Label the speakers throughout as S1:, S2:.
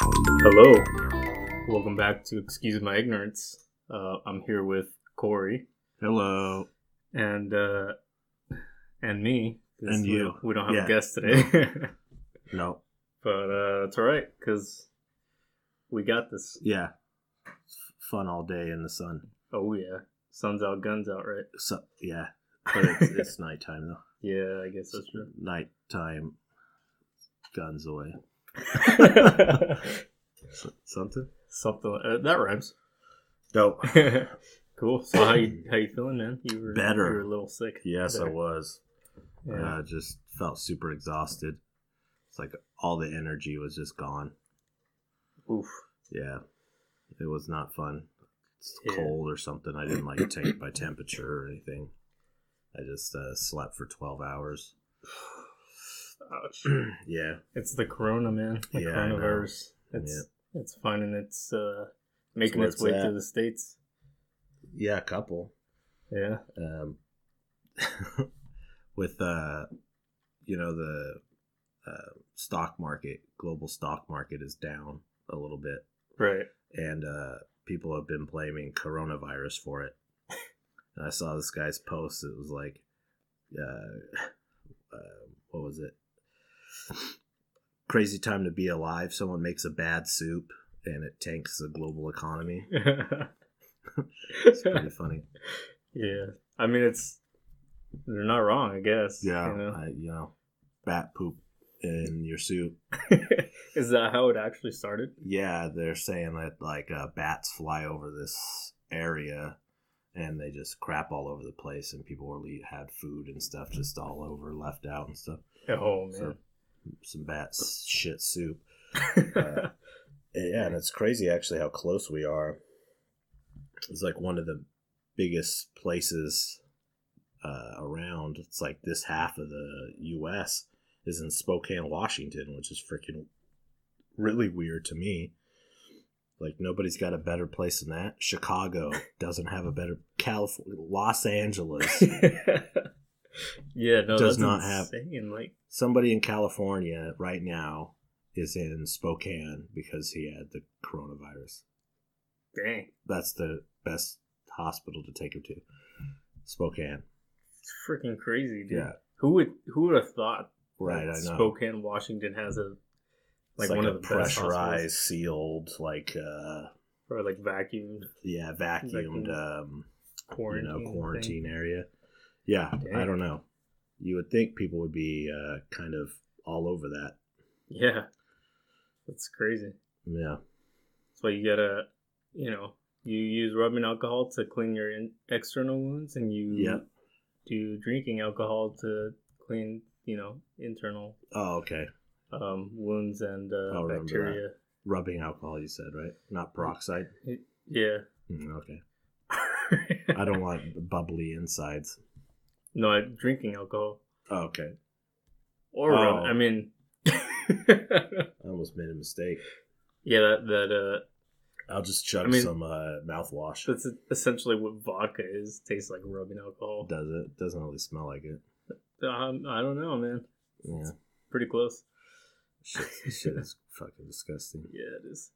S1: Hello. Welcome back to Excuse My Ignorance. Uh, I'm here with Corey
S2: Hello.
S1: and uh, and me. 'cause
S2: And
S1: we-
S2: you.
S1: We don't have
S2: Yeah.
S1: a guest today,
S2: No.
S1: but uh, it's all right because we got this.
S2: Yeah. Fun all day in the sun.
S1: Oh yeah, sun's out, guns out, right?
S2: So yeah, but it's, it's nighttime though.
S1: Yeah, I guess that's true.
S2: Nighttime. Guns away. S- something.
S1: Something like- uh, that rhymes.
S2: Dope.
S1: cool. So how you how you feeling, man? You were
S2: Better.
S1: You were a little sick.
S2: Yes, I
S1: Better.
S2: was.
S1: Yeah.
S2: I just felt super exhausted. It's like all the energy was just gone. Uh,
S1: Oof.
S2: Yeah, it was not fun. It's
S1: Yeah.
S2: cold or something. I didn't like take my temperature or anything. I just uh, slept for twelve hours.
S1: Ouch.
S2: yeah,
S1: It's the corona, man. The
S2: Yeah, I know.
S1: coronavirus. It's it's finding its uh making
S2: where
S1: its
S2: it's
S1: way
S2: at.
S1: to the states.
S2: yeah, a couple.
S1: Yeah.
S2: um, with uh, you know the uh, stock market, global stock market is down a little bit,
S1: Right.
S2: and uh, people have been blaming coronavirus for it. And I saw this guy's post. It was like, uh, uh, what was it? Crazy time to be alive. Someone makes a bad soup, and it tanks the global economy. It's pretty funny.
S1: yeah. I mean it's they're not wrong, I guess.
S2: Yeah,
S1: you know?
S2: I, you know, bat poop in your soup.
S1: Is that how it actually started?
S2: Yeah, they're saying that like uh, bats fly over this area, and they just crap all over the place, and people were le- had food and stuff just all over, left out and stuff.
S1: Oh
S2: So,
S1: man.
S2: some bats shit soup. uh, Yeah, and it's crazy actually how close we are. It's like one of the biggest places uh, around. It's like this half of the U.S. is in Spokane, Washington, which is freaking really weird to me. Like nobody's got a better place than that. Chicago doesn't have a better. California, Los Angeles.
S1: yeah, no, that's
S2: Does not have-
S1: insane. like
S2: Somebody in California right now is in Spokane because he had the coronavirus.
S1: dang.
S2: that's the best hospital to take him to. Spokane.
S1: It's freaking crazy, dude. Who would who would have thought
S2: Right,
S1: that
S2: I know.
S1: Spokane, Washington has a
S2: It's
S1: like, one
S2: a
S1: of the best hospitals.
S2: pressurized, sealed, like uh
S1: or like vacuum
S2: yeah, vacuumed um you
S1: quarantine.
S2: know,
S1: thing.
S2: quarantine area. Yeah, I
S1: Dang.
S2: don't know. You would think people would be uh kind of all over that.
S1: Yeah. That's crazy.
S2: Yeah.
S1: That's why you gotta, you know, you use rubbing alcohol to clean your in- external wounds and you
S2: Yeah.
S1: do drinking alcohol to clean, you know, internal
S2: Oh, okay.
S1: um, wounds and uh,
S2: I'll remember
S1: bacteria.
S2: Rubbing alcohol you said, right? Not peroxide.
S1: Yeah.
S2: Mm, okay. I don't want bubbly insides.
S1: no, I, drinking alcohol.
S2: Oh, okay.
S1: Or,
S2: Oh.
S1: rub- I mean,
S2: I almost made a mistake.
S1: yeah, that, that, uh,
S2: I'll just chug
S1: I mean-
S2: some uh, mouthwash.
S1: that's essentially what vodka is. Tastes like rubbing alcohol.
S2: Does it? Doesn't really smell like it.
S1: Um, I don't know, man.
S2: Yeah.
S1: Pretty close.
S2: Shit, shit is fucking disgusting.
S1: Yeah, it is.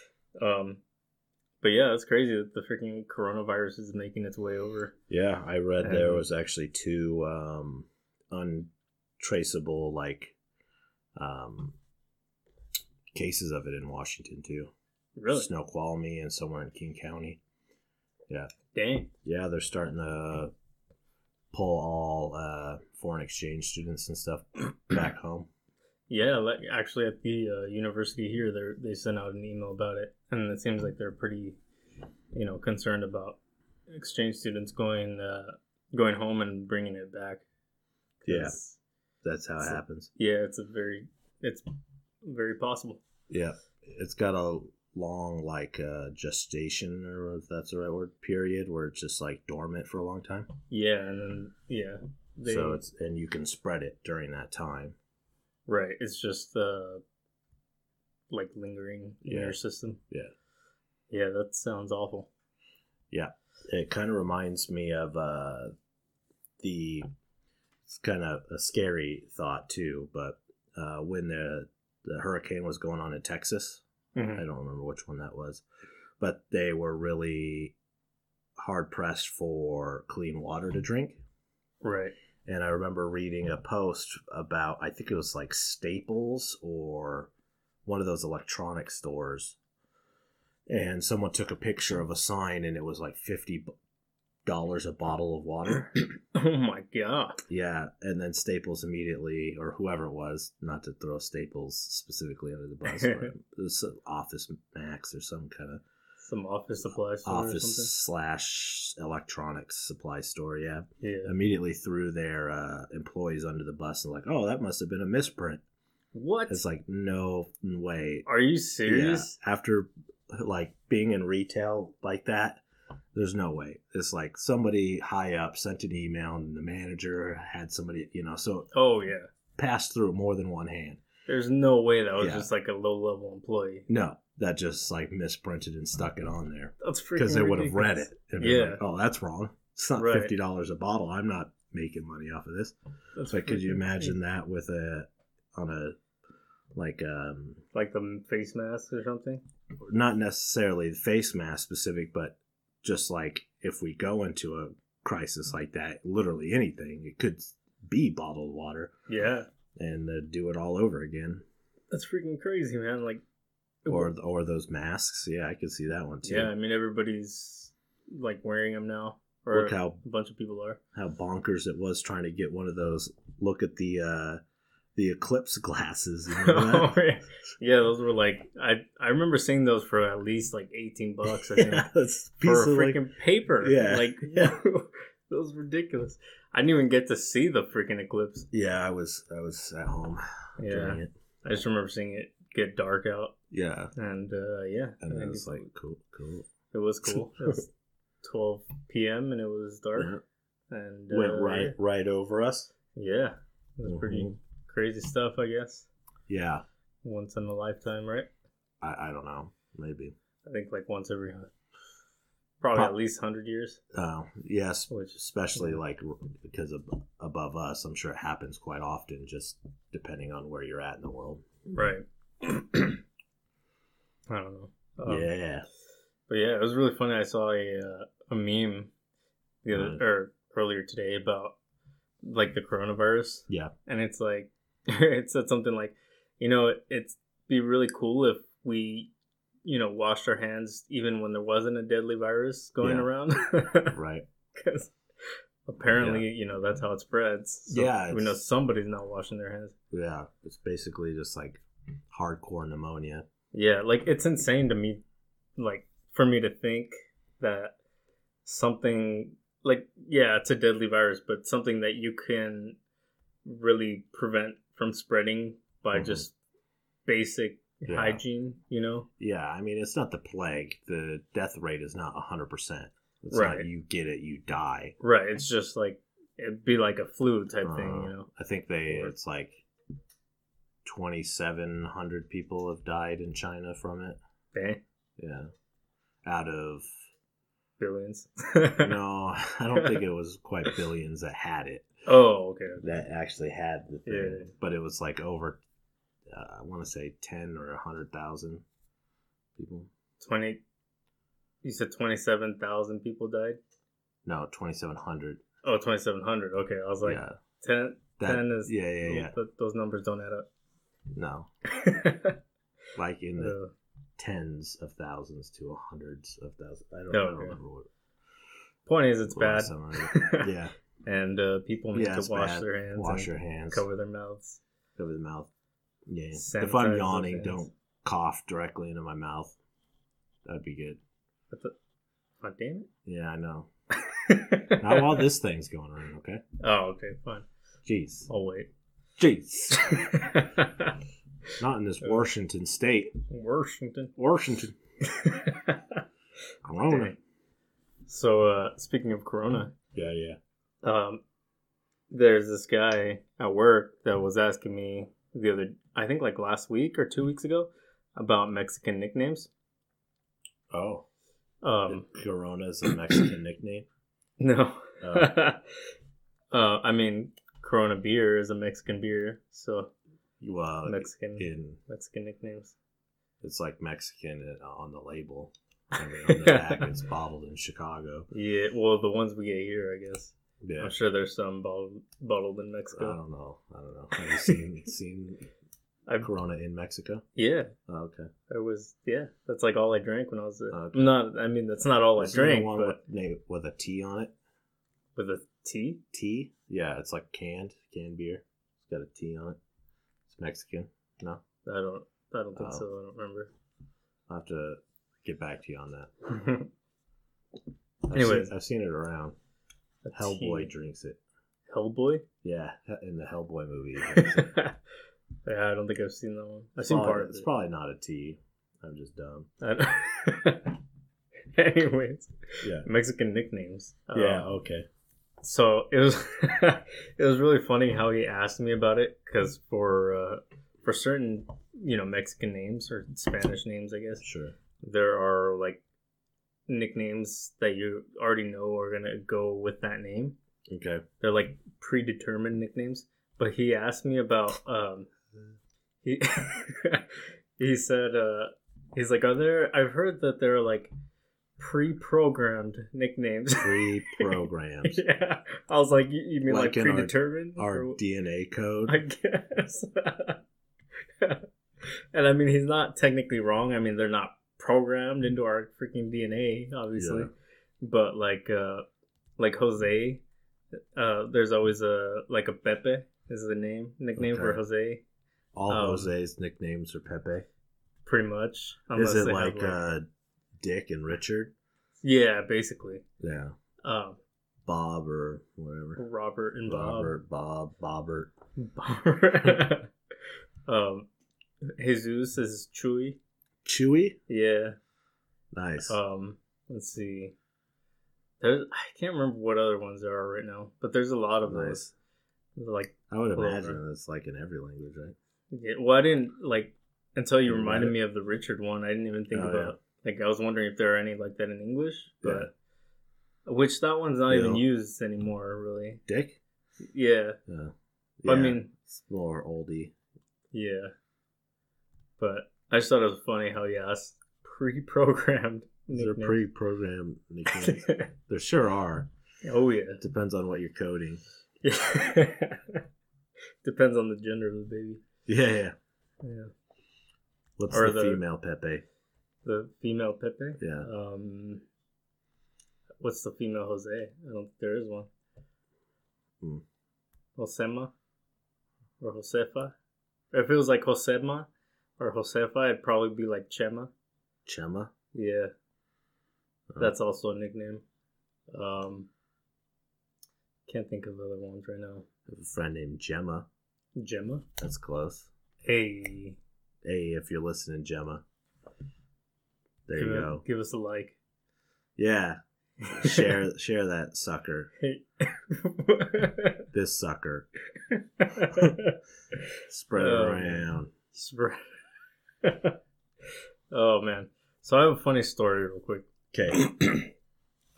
S1: um, but yeah, it's crazy that the freaking coronavirus is making its way over.
S2: Yeah, I read there
S1: Um,
S2: was actually two um, untraceable like um, cases of it in Washington too.
S1: Really?
S2: Snoqualmie and somewhere in King County.
S1: Dang.
S2: Yeah, they're starting to pull all uh, foreign exchange students and stuff back home.
S1: Yeah, like actually at the uh, university here, they they sent out an email about it, and it seems like they're pretty, you know, concerned about exchange students going uh, going home and bringing it back. 'Cause,
S2: That's how it
S1: So-
S2: happens.
S1: Yeah, it's a very it's very possible.
S2: Yeah, it's got a long like uh, gestation or if that's the right word period where it's just like dormant for a long time.
S1: Yeah, and then yeah, they,
S2: so it's and you can spread it during that time.
S1: Right. It's just uh like lingering in
S2: Yeah.
S1: your system.
S2: Yeah.
S1: Yeah, that sounds awful.
S2: It kind of reminds me of uh, the it's kind of a scary thought too, but uh, when the the hurricane was going on in Texas.
S1: Mhm.
S2: I don't remember which one that was, but they were really hard pressed for clean water to drink.
S1: Right.
S2: And I remember reading a post about, I think it was like Staples or one of those electronic stores. And someone took a picture of a sign and it was like $50 a bottle of water.
S1: Oh my god.
S2: yeah. And then Staples immediately, or whoever it was, not to throw Staples specifically under the bus, but it was some Office Max or some kind of
S1: Some office supplies store or something.
S2: office slash electronics supply store. Yeah
S1: Yeah.
S2: immediately threw their uh, employees under the bus and like, oh, that must have been a misprint.
S1: What?
S2: It's like, no way.
S1: Are you
S2: Yeah,
S1: serious?
S2: after like being in retail like that, there's no way. It's like somebody high up sent an email and the manager had somebody, you know, so
S1: Oh yeah.
S2: passed through more than one hand.
S1: There's no way that was
S2: Yeah.
S1: just like a low level employee.
S2: No, that just like misprinted and stuck it on there
S1: That's freaking
S2: because they would have read it
S1: ridiculous.
S2: and been
S1: Yeah.
S2: like, oh, that's wrong. It's not
S1: Right.
S2: fifty dollars a bottle. I'm not making money off of this.
S1: That's
S2: So could you
S1: freaking
S2: imagine that with a on a like um
S1: crazy. Like the face mask or something?
S2: not necessarily the face mask specific, but just like if we go into a crisis like that, literally anything, it could be bottled water
S1: Yeah.
S2: and uh, do it all over again.
S1: That's freaking crazy, man. Like
S2: Or or those masks, yeah, I could see that one too.
S1: Yeah, I mean everybody's like wearing them now. Or
S2: Look how
S1: a bunch of people are.
S2: how bonkers it was trying to get one of those. Look at the uh the eclipse glasses. You remember that?
S1: yeah, those were like I I remember seeing those for at least like eighteen bucks. I think
S2: yeah, that's a piece
S1: for a
S2: of like,
S1: freaking paper.
S2: Yeah.
S1: like
S2: Yeah.
S1: those ridiculous. I didn't even get to see the freaking eclipse.
S2: yeah, I was I was at home
S1: Yeah,
S2: during it.
S1: I just remember seeing it get dark out,
S2: Yeah.
S1: and uh, yeah,
S2: And
S1: I
S2: then
S1: think
S2: it's like, cool, cool.
S1: it was cool. It was Twelve p.m. and it was dark,
S2: Yeah.
S1: and
S2: Went
S1: uh,
S2: right right over us.
S1: Yeah, it was pretty
S2: Mhm.
S1: crazy stuff, I guess.
S2: Yeah.
S1: Once in a lifetime, right?
S2: I, I don't know. Maybe.
S1: I think like once every hun- probably
S2: Prob-
S1: at least hundred years.
S2: Uh, yes,
S1: Which
S2: especially like r- because of above us, I'm sure it happens quite often, just depending on where you're at in the world.
S1: right? I don't know. Um,
S2: yeah.
S1: But yeah, it was really funny. I saw a uh, a meme the other
S2: Mhm.
S1: or earlier today about like the coronavirus.
S2: Yeah.
S1: and it's like it said something like, you know, it's be really cool if we, you know, washed our hands even when there wasn't a deadly virus going
S2: Yeah.
S1: around,
S2: Right.
S1: because apparently, you know, that's how it spreads.
S2: Yeah,
S1: we know
S2: it's-
S1: somebody's not washing their hands.
S2: Yeah. It's basically just like hardcore pneumonia.
S1: Yeah, like it's insane to me, like for me to think that something like yeah, it's a deadly virus, but something that you can really prevent from spreading by
S2: Mhm.
S1: just basic
S2: Yeah.
S1: hygiene, you know?
S2: Yeah. I mean, it's not the plague. The death rate is not 100%. It's
S1: Right.
S2: not you get it, you die.
S1: Right. It's just like it'd be like a flu type thing,
S2: Uh,
S1: you know.
S2: I think they
S1: Or-
S2: it's like twenty seven hundred people have died in China from it.
S1: Eh,
S2: Yeah, out of
S1: billions.
S2: no, I don't think it was quite billions that had it
S1: Oh, okay.
S2: that actually had the thing,
S1: Yeah.
S2: but it was like over uh, I want to say ten or hundred thousand people.
S1: Twenty you said twenty seven thousand people died?
S2: No, twenty seven hundred.
S1: Oh, 2,700. Okay. I was like,
S2: yeah,
S1: 10,
S2: that,
S1: 10 is
S2: yeah, yeah, yeah.
S1: Th- those numbers don't add
S2: No,
S1: up.
S2: like in the
S1: Uh,
S2: tens of thousands to hundreds of thousands. I don't,
S1: No,
S2: I don't
S1: Oh, okay.
S2: remember what.
S1: point is, it's
S2: what I
S1: bad.
S2: said on it. Yeah.
S1: and uh, people need
S2: Yeah,
S1: to
S2: it's
S1: wash
S2: bad.
S1: their hands,
S2: Wash
S1: and
S2: your hands. Cover,
S1: cover their mouths.
S2: the mouth. Yeah. if
S1: sanitize
S2: I'm
S1: their
S2: yawning,
S1: hands.
S2: don't cough directly into my mouth. That'd be good.
S1: God oh, damn
S2: Yeah, I know.
S1: it.
S2: Not while this thing's going around, okay?
S1: oh, okay, fine.
S2: Jeez.
S1: I'll wait.
S2: Jeez. Not in this Washington state.
S1: Washington.
S2: Washington. Corona.
S1: Dang. so, uh, speaking of Corona,
S2: Yeah, yeah.
S1: um, there's this guy at work that was asking me the other, I think like last week or two weeks ago, about Mexican nicknames.
S2: Oh.
S1: Um,
S2: Corona is a Mexican nickname.
S1: No.
S2: Oh.
S1: uh, I mean, Corona beer is a Mexican beer, so
S2: Well,
S1: Mexican
S2: in
S1: Mexican nicknames.
S2: it's like Mexican uh, on the label. I mean, on the back, it's bottled in Chicago.
S1: Yeah, well, the ones we get here, I guess.
S2: Yeah, Oh.
S1: I'm sure there's some bottled, bottled in
S2: I
S1: Mexico.
S2: don't know. I don't know. Have you seen seen
S1: I've-
S2: Corona in Mexico?
S1: Yeah,
S2: Oh, okay.
S1: I was. Yeah, that's like all I drank when I was there.
S2: Okay.
S1: Not, I mean, that's not all I
S2: Is there the
S1: drank,
S2: one
S1: but
S2: with, na- with a T on it.
S1: with a T.
S2: Tea? Yeah, it's like canned canned beer. It's got a T on it. It's Mexican. No,
S1: I don't. I don't think
S2: Oh.
S1: so. I don't remember.
S2: I'll have to get back to you on that. I've
S1: Anyways.
S2: seen, I've seen it around.
S1: A
S2: Hellboy
S1: T.
S2: drinks it.
S1: Hellboy.
S2: Yeah, in the Hellboy movie. he drinks it.
S1: yeah, I don't think I've seen that one. I've seen
S2: Probably-
S1: part of
S2: It's
S1: it.
S2: probably not a T. I'm just dumb.
S1: I don't- Anyways,
S2: Yeah.
S1: Mexican nicknames. Um,
S2: Okay.
S1: so it was it was really funny how he asked me about it because for uh, for certain you know Mexican names or Spanish names, I guess
S2: Sure.
S1: there are like nicknames that you already know are gonna go with that name.
S2: Okay.
S1: They're like predetermined nicknames. But he asked me about um he he said uh he's like are there I've heard that there are like pre-programmed nicknames.
S2: Pre programmed.
S1: yeah. I was like you, you mean like,
S2: Like in our-
S1: predetermined
S2: Our
S1: Or-
S2: DNA code.
S1: I guess. and I mean he's not technically wrong. I mean they're not programmed into our freaking DNA obviously
S2: Yeah.
S1: but like uh like Jose, uh there's always a like a Pepe is the name nickname for
S2: Okay.
S1: Jose,
S2: All
S1: um,
S2: Jose's nicknames are Pepe.
S1: pretty much.
S2: Is it
S1: they have,
S2: like uh, Dick and Richard?
S1: yeah, basically.
S2: Yeah.
S1: Um,
S2: Bob or whatever.
S1: Robert and
S2: Robert, Bob, Bobbert.
S1: Bob. Robert. um, Jesus is Chewy.
S2: Chewy?
S1: Yeah.
S2: Nice.
S1: Um, let's see. There's I can't remember what other ones there are right now, but there's a lot of
S2: nice.
S1: those. Like,
S2: I would
S1: Cool,
S2: imagine it's like in every language, right?
S1: yeah, well, I didn't like until you
S2: You read
S1: reminded
S2: it?
S1: me of the Richard one. I didn't even think
S2: Oh,
S1: about.
S2: yeah.
S1: Like I was wondering if there are any like that in English, but
S2: Yeah.
S1: which that one's not even
S2: Yeah.
S1: used anymore, really.
S2: Dick?
S1: Yeah.
S2: Yeah.
S1: But, I
S2: Yeah,
S1: mean,
S2: it's more oldie.
S1: yeah. But I just thought it was funny how he asked pre-programmed.
S2: They're
S1: nicknames.
S2: pre programmed nicknames. there sure are.
S1: oh yeah.
S2: It depends on what you're coding.
S1: Depends on the gender of the baby.
S2: Yeah, yeah.
S1: Yeah.
S2: What's
S1: Or
S2: the,
S1: the-
S2: female Pepe?
S1: The female Pepe.
S2: Yeah.
S1: Um. What's the female Jose? I don't think there is one.
S2: Hmm.
S1: Josema or Josefa. If it was like Josema or Josefa, it'd probably be like Chema.
S2: Chema?
S1: Yeah,
S2: Oh.
S1: that's also a nickname. Um, can't think of other ones right now.
S2: I have a friend named Gemma.
S1: Gemma.
S2: That's close.
S1: Hey,
S2: Hey, if you're listening, Gemma. There
S1: give
S2: you
S1: it-
S2: go.
S1: Give us a like.
S2: Yeah. Share share that sucker.
S1: Hey.
S2: This sucker. Spread it
S1: Oh.
S2: around.
S1: Spread. oh man. So I have a funny story, real quick.
S2: Okay.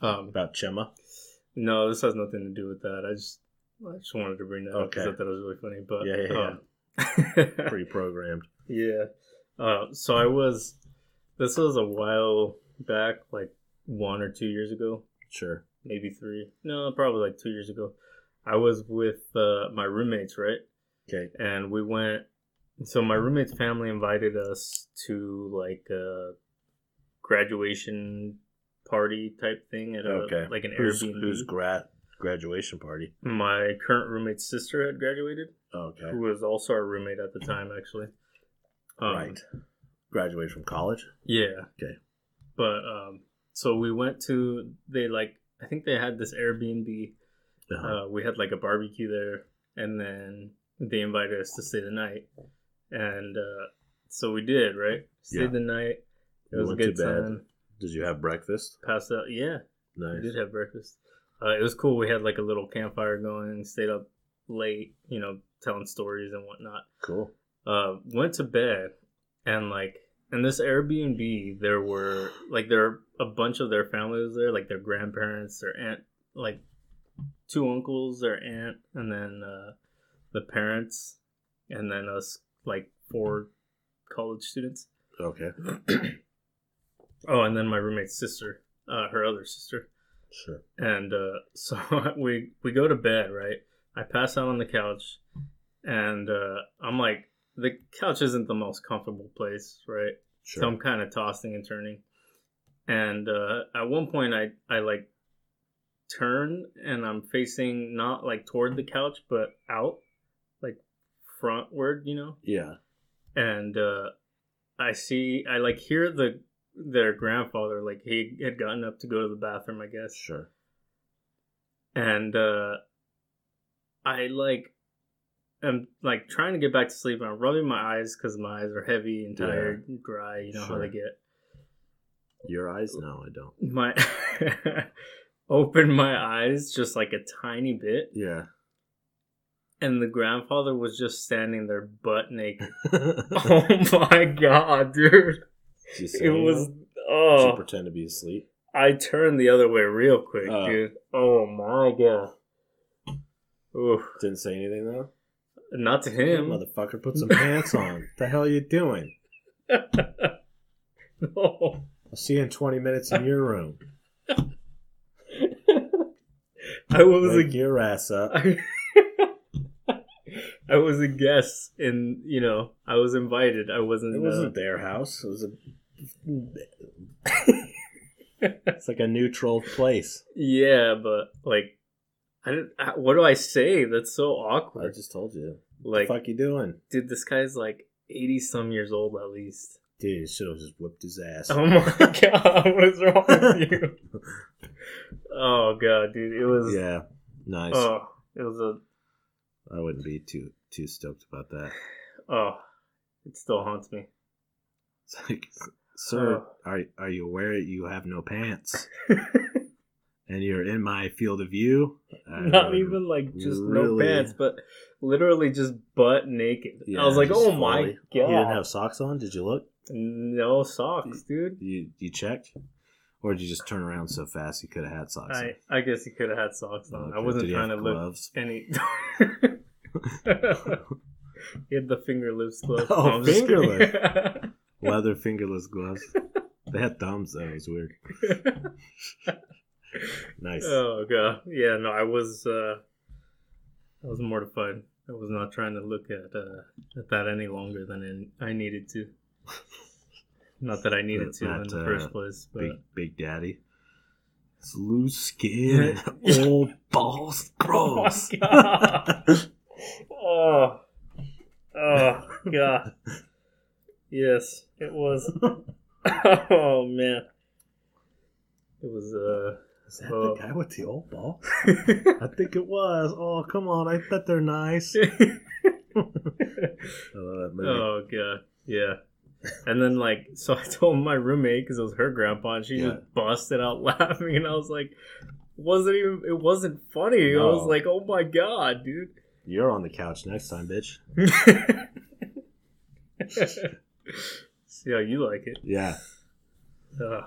S1: Um,
S2: About Chema.
S1: No, this has nothing to do with that. I just I just wanted to bring that up because I
S2: Okay.
S1: thought it was really funny. But
S2: Yeah, yeah,
S1: um,
S2: Pre programmed.
S1: yeah. Uh, so I was. This was a while back, like one or two years ago,
S2: Sure.
S1: maybe three. No, probably like two years ago. I was with uh, my roommates, right?
S2: Okay.
S1: and we went so my roommate's family invited us to like a graduation party type thing at a
S2: Okay.
S1: like an
S2: Who's,
S1: Airbnb.
S2: who's grad graduation party?
S1: my current roommate's sister had graduated,
S2: Okay.
S1: who was also our roommate at the time actually. Um,
S2: right. Graduated from college.
S1: Yeah.
S2: Okay.
S1: But um so we went to they like I think they had this Airbnb.
S2: Uh-huh.
S1: Uh, we had like a barbecue there, and then they invited us to stay the night, and uh, so we did. Right, stayed
S2: Yeah.
S1: the night. It
S2: You
S1: was a
S2: went to
S1: good
S2: bed.
S1: time.
S2: Did you have breakfast?
S1: Passed out. Yeah, we
S2: Nice.
S1: did have breakfast. Uh, it was cool. We had like a little campfire going. Stayed up late. You know, telling stories and whatnot.
S2: Cool.
S1: Uh, went to bed, and like in this Airbnb, there were like there were a bunch of their families there, like their grandparents, their aunt, like two uncles, their aunt, and then uh, the parents, and then us like four college students.
S2: Okay.
S1: Oh, and then my roommate's sister, uh, her other sister,
S2: Sure.
S1: and uh, so we we go to bed. Right, I pass out on the couch, and uh, I'm like, the couch isn't the most comfortable place, right?
S2: Sure.
S1: So I'm kind of tossing and turning. And uh, at one point, I, I like turn and I'm facing not like toward the couch, but out, like frontward, you know?
S2: yeah.
S1: And uh, I see, I like hear the their grandfather, like he had gotten up to go to the bathroom, I guess
S2: Sure.
S1: and uh i like am like trying to get back to sleep and i'm rubbing my eyes because my eyes are heavy and
S2: Yeah.
S1: tired and dry you know how they get
S2: Your eyes? No, I don't.
S1: my open my eyes just like a tiny bit
S2: Yeah.
S1: and the grandfather was just standing there butt naked oh my god dude
S2: Did you say
S1: it was
S2: anything? Did you
S1: oh
S2: pretend to be asleep?
S1: i turned the other way real quick
S2: Oh.
S1: dude oh my god Oof.
S2: Didn't say anything though.
S1: not to him
S2: Motherfucker, put some pants on. The hell you doing?
S1: no
S2: I'll see you in 20 minutes in your room.
S1: I was
S2: Wake
S1: a
S2: your ass up.
S1: I, I was a guest, and you know, I was invited. I wasn't.
S2: It
S1: uh,
S2: wasn't their house. It was a. it's like a neutral place.
S1: yeah, but like, I didn't. I, what do I say? That's so
S2: I
S1: awkward.
S2: just told you.
S1: like,
S2: fuck you doing?
S1: dude, this guy's like eighty some years old at least.
S2: Dude, should have just whipped his ass.
S1: Oh my god, what is wrong with you? oh god, dude, it was.
S2: yeah, nice.
S1: Oh, it was a.
S2: I wouldn't be too too stoked about that.
S1: Oh, it still haunts me.
S2: It's like, sir,
S1: Oh.
S2: are are you aware you have no pants? and you're in my field of view. I
S1: not
S2: would-
S1: even like just no
S2: really-
S1: pants, but literally just butt naked. I was
S2: Yeah,
S1: like,
S2: just
S1: oh my
S2: fully-
S1: god,
S2: You didn't have socks on? Did you look?
S1: no socks, dude.
S2: You you checked, or did you just turn around so fast you could have had socks?
S1: I I guess he could have had socks
S2: on?
S1: on. I
S2: Oh, Okay.
S1: wasn't
S2: Did he
S1: trying to
S2: have
S1: look
S2: gloves?
S1: any. he had the fingerless glove.
S2: Oh,
S1: I'm just kidding.
S2: Leather fingerless gloves. they had thumbs though. It was weird. Nice.
S1: oh god, yeah. No, I was uh, I was mortified. I was not trying to look at uh, at that any longer than I I needed to. Not that I needed
S2: That-
S1: to in
S2: that,
S1: the
S2: uh,
S1: first place, but
S2: Big Big Daddy. It's loose skin, and old balls, gross.
S1: Oh, my God. oh, oh, god. Yes, it was. oh man, it was. Uh,
S2: Is that
S1: Oh.
S2: the guy with the old ball? I think it was. Oh, come on. I bet they're nice. I love that movie.
S1: oh god, yeah. And then like, so I told my roommate because it was her grandpa, and she
S2: Yeah.
S1: just busted out laughing, and I was like, wasn't even. It wasn't funny. I was
S2: No.
S1: like, oh my god, dude.
S2: You're on the couch next time, bitch.
S1: See how you like it.
S2: Yeah.
S1: Ugh.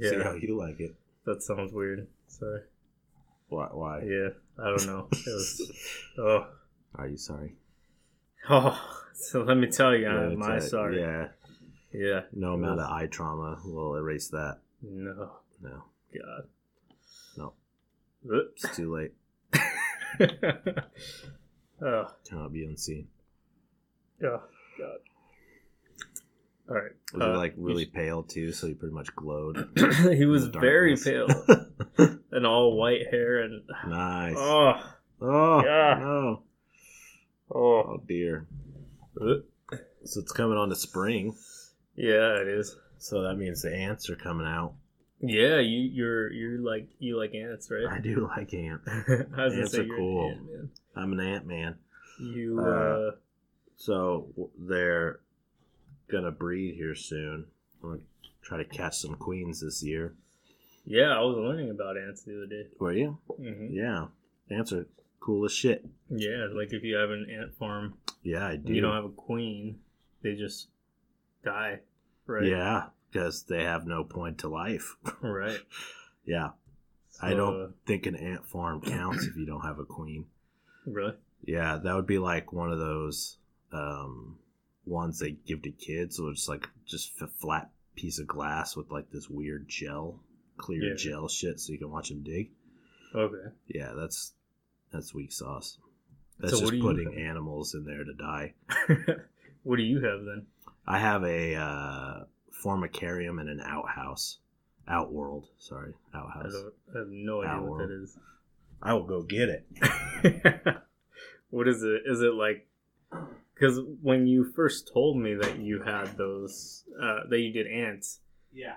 S2: See how
S1: yeah,
S2: you like it.
S1: that sounds weird. Sorry.
S2: Why? why?
S1: Yeah, I don't know. It was, oh,
S2: Are you sorry?
S1: oh. So let me tell you,
S2: Yeah,
S1: I'm
S2: it's
S1: my
S2: a-
S1: sorry. Yeah.
S2: Yeah. No amount of eye trauma will erase that.
S1: No.
S2: No.
S1: God.
S2: No.
S1: Oops.
S2: It's too late.
S1: oh.
S2: Cannot be unseen.
S1: Yeah. God. All right.
S2: Was
S1: Uh,
S2: he like
S1: you
S2: really pale too? So he pretty much glowed.
S1: should- he was
S2: the
S1: very
S2: darkness.
S1: pale and all white hair and
S2: nice. Oh,
S1: oh Yeah.
S2: no.
S1: oh
S2: Oh dear. So it's coming on to spring.
S1: yeah it is
S2: So that means the ants are coming out.
S1: yeah you you're you're like you like ants right
S2: I do like ants.
S1: I was gonna
S2: Ants
S1: say
S2: are
S1: you're an
S2: cool.
S1: ant, man.
S2: I'm an ant man.
S1: You
S2: Uh,
S1: uh,
S2: So w- they're gonna breed here soon. I'm gonna try to catch some queens this year.
S1: yeah, I was learning about ants the other day.
S2: Were you?
S1: hmm
S2: Yeah. Ants are cool as shit.
S1: Yeah, like if you have an ant farm,
S2: Yeah, I
S1: and
S2: do.
S1: you don't have a queen, they just die. Right.
S2: Yeah, because they have no point to life.
S1: Right.
S2: Yeah, I
S1: So,
S2: don't-
S1: uh,
S2: think an ant farm counts if you don't have a queen.
S1: really.
S2: Yeah, that would be like one of those um, ones they give to kids. So it's like just a flat piece of glass with like this weird gel, clear
S1: Yeah.
S2: gel shit, so you can watch them dig.
S1: Okay.
S2: Yeah, that's that's weak sauce. That's
S1: So what
S2: just
S1: do you-
S2: putting animals in there to die.
S1: what do you have then?
S2: I have a uh, formicarium and an outhouse, outworld. Sorry,
S1: I,
S2: outhouse.
S1: don't, I have no idea what that is.
S2: I will go get it.
S1: what is it? Is it like because when you first told me that you had those uh, that you did ants,
S3: Yeah.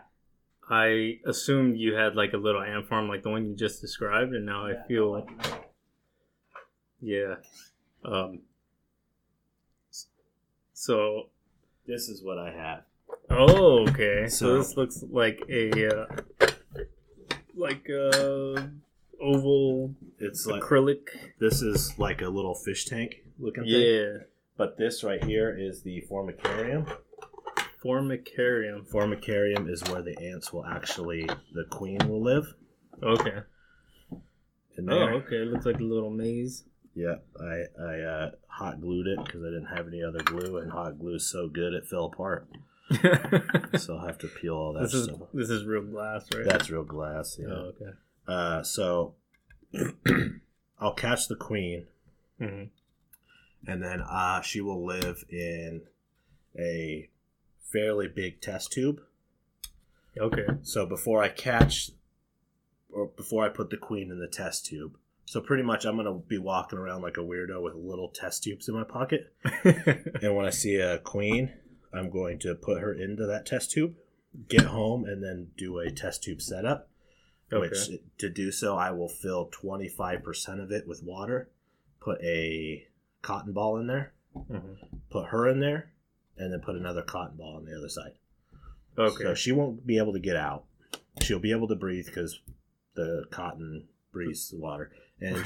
S1: I assumed you had like a little ant farm like the one you just described, and now I feel yeah. Um, s- so
S2: This is what I have.
S1: oh okay,
S2: So-
S1: so this looks like a uh, like a oval
S2: It's like
S1: acrylic
S2: this is like a little fish tank looking thing.
S1: yeah
S2: But this right here is the formicarium.
S1: formicarium.
S2: Formicarium is where the ants will actually, the queen will live.
S1: Okay.
S2: In
S1: Oh,
S2: there.
S1: okay. It looks like a little maze.
S2: Yeah, I I uh, hot glued it because I didn't have any other glue, and hot glue is so good it fell apart.
S1: this
S2: So I have to peel all that
S1: is
S2: stuff.
S1: this is real glass, right?
S2: That's real glass. Yeah.
S1: Oh, okay.
S2: Uh, so I'll catch the queen,
S1: Mhm.
S2: and then uh, she will live in a fairly big test tube.
S1: Okay.
S2: So before I catch, or before I put the queen in the test tube. So pretty much, I'm gonna be walking around like a weirdo with little test tubes in my pocket.
S1: Mm-hmm.
S2: And when I see a queen, I'm going to put her into that test tube, get home, and then do a test tube setup. Which
S1: okay.
S2: to do so, I will fill 25% of it with water, put a cotton ball in there,
S1: Mhm.
S2: put her in there, and then put another cotton ball on the other side. So
S1: Okay.
S2: she won't be able to get out. She'll be able to breathe because the cotton breathes the water and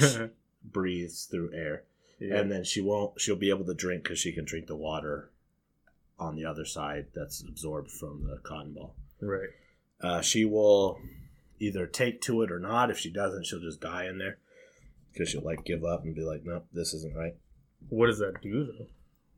S2: she breathes through air
S1: yeah.
S2: and then she won't she'll be able to drink because she can drink the water on the other side that's absorbed from the cotton ball
S1: right.
S2: uh, she will either take to it or not if she doesn't she'll just die in there because she'll like give up and be like nope this isn't right
S1: What does that do though?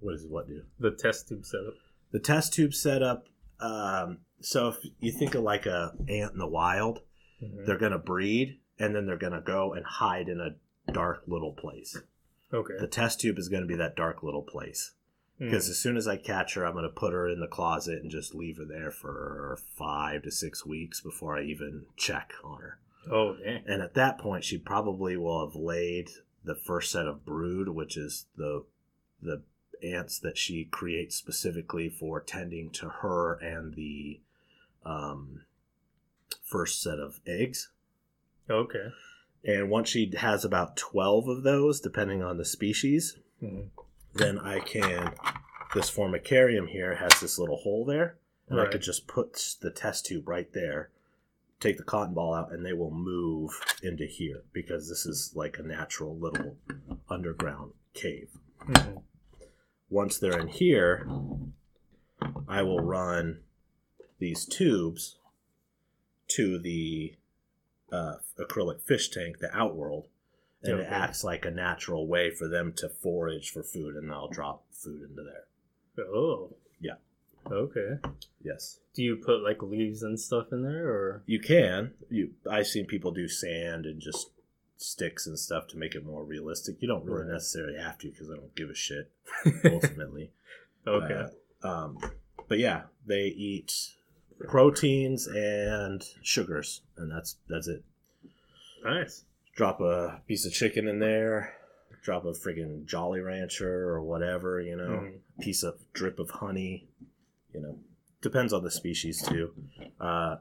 S2: what does what do
S1: The test tube setup.
S2: the test tube setup um, so if you think of like a ant in the wild
S1: Mhm.
S2: they're gonna breed and then they're gonna go and hide in a dark little place the
S1: Okay. Mm.
S2: test tube is gonna be that dark little place
S1: Hmm.
S2: Because as soon as I catch her, I'm going to put her in the closet and just leave her there for five to six weeks before I even check on her.
S1: Mm. oh dang.
S2: And at that point, she probably will have laid the first set of brood, which is the the ants that she creates specifically for tending to her and the um, first set of eggs.
S1: Okay.
S2: And once she has about 12 of those, depending on the species,
S1: Mhm.
S2: then I can. This formicarium here has this little hole there, and I
S1: Right.
S2: could just put the test tube right there, take the cotton ball out, and they will move into here because this is like a natural little underground cave.
S1: Mhm.
S2: Once they're in here, I will run these tubes to the uh, acrylic fish tank, the outworld, and it
S1: Okay.
S2: acts like a natural way for them to forage for food, and I'll drop food into there.
S1: Oh.
S2: Yeah.
S1: Okay.
S2: Yes,
S1: Do you put like leaves and stuff in there, or
S2: you can. You, I've seen people do sand and just sticks and stuff to make it more realistic. You don't really
S1: Right.
S2: necessarily have to because I don't give a shit ultimately.
S1: okay?
S2: Uh, um, but yeah, they eat proteins and sugars, and that's that's it.
S1: nice.
S2: Drop a piece of chicken in there, drop a friggin' Jolly Rancher or whatever, you know,
S1: Mhm.
S2: piece of drip of honey, you know, depends on the species too. Uh,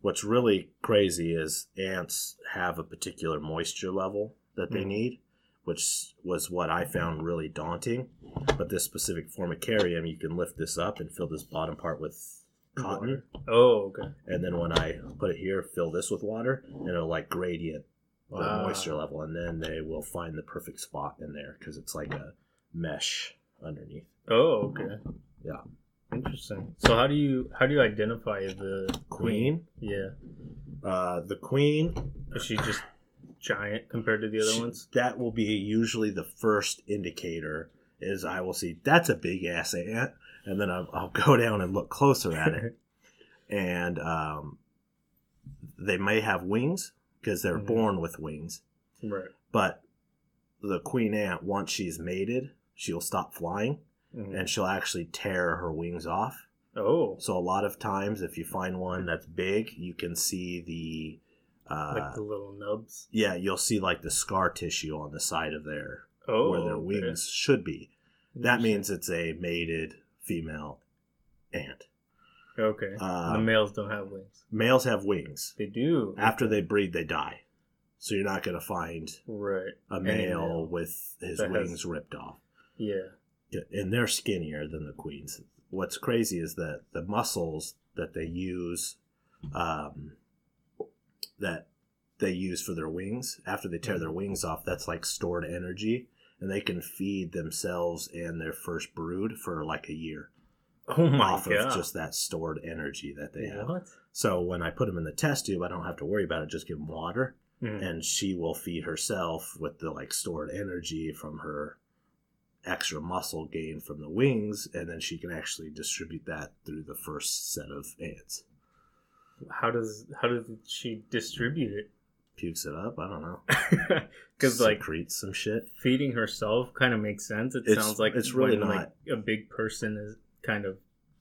S2: what's really crazy is ants have a particular moisture level that they
S1: Mhm.
S2: need. Which was what I found really daunting, but this specific formicarium, you can lift this up and fill this bottom part with cotton,
S1: Oh okay.
S2: and then when I put it here, fill this with water, and it'll like gradient the
S1: Wow.
S2: moisture level, and then they will find the perfect spot in there because it's like a mesh underneath.
S1: Oh, okay.
S2: Yeah.
S1: Interesting. So how do you how do you identify the
S2: Queen,
S1: Yeah.
S2: uh, the queen,
S1: Is she just giant compared to the other
S2: she-
S1: ones?
S2: that will be usually the first indicator is I will see that's a big ass ant, and then I'll, I'll go down and look closer at it, and um, they may have wings because they're
S1: Mhm.
S2: born with wings,
S1: Right.
S2: but the queen ant once she's mated, she'll stop flying
S1: Mhm.
S2: and she'll actually tear her wings off.
S1: oh,
S2: So a lot of times, if you find one that's big, you can see the, uh,
S1: like the little nubs.
S2: yeah, you'll see like the scar tissue on the side of their
S1: Oh,
S2: where their
S1: okay.
S2: wings should be. That
S1: Interesting.
S2: means it's a mated female ant.
S1: okay. the
S2: Um,
S1: males don't have wings.
S2: males have wings.
S1: They do
S2: After they breed, they die. So you're not going to find
S1: Right.
S2: a
S1: Any
S2: male,
S1: male
S2: with his
S1: that has-
S2: wings ripped off.
S1: Yeah.
S2: and they're skinnier than the queens. What's crazy is that the muscles that they use, um, that they use for their wings after they tear their
S1: Mm-hmm.
S2: wings off, that's like stored energy, and they can feed themselves and their first brood for like a year
S1: Oh my
S2: off
S1: god.
S2: of just that stored energy that they have.
S1: What?
S2: So when I put them in the test tube, I don't have to worry about it. Just give them water,
S1: Mhm.
S2: and she will feed herself with the like stored energy from her extra muscle gain from the wings and then she can actually distribute that through the first set of ants
S1: How does how does she distribute
S2: pukes it up i don't know
S1: it? Because like
S2: secretes some shit
S1: feeding herself kind of makes sense. It
S2: It's-
S1: sounds like
S2: it's really
S1: when,
S2: not.
S1: like a big person is kind of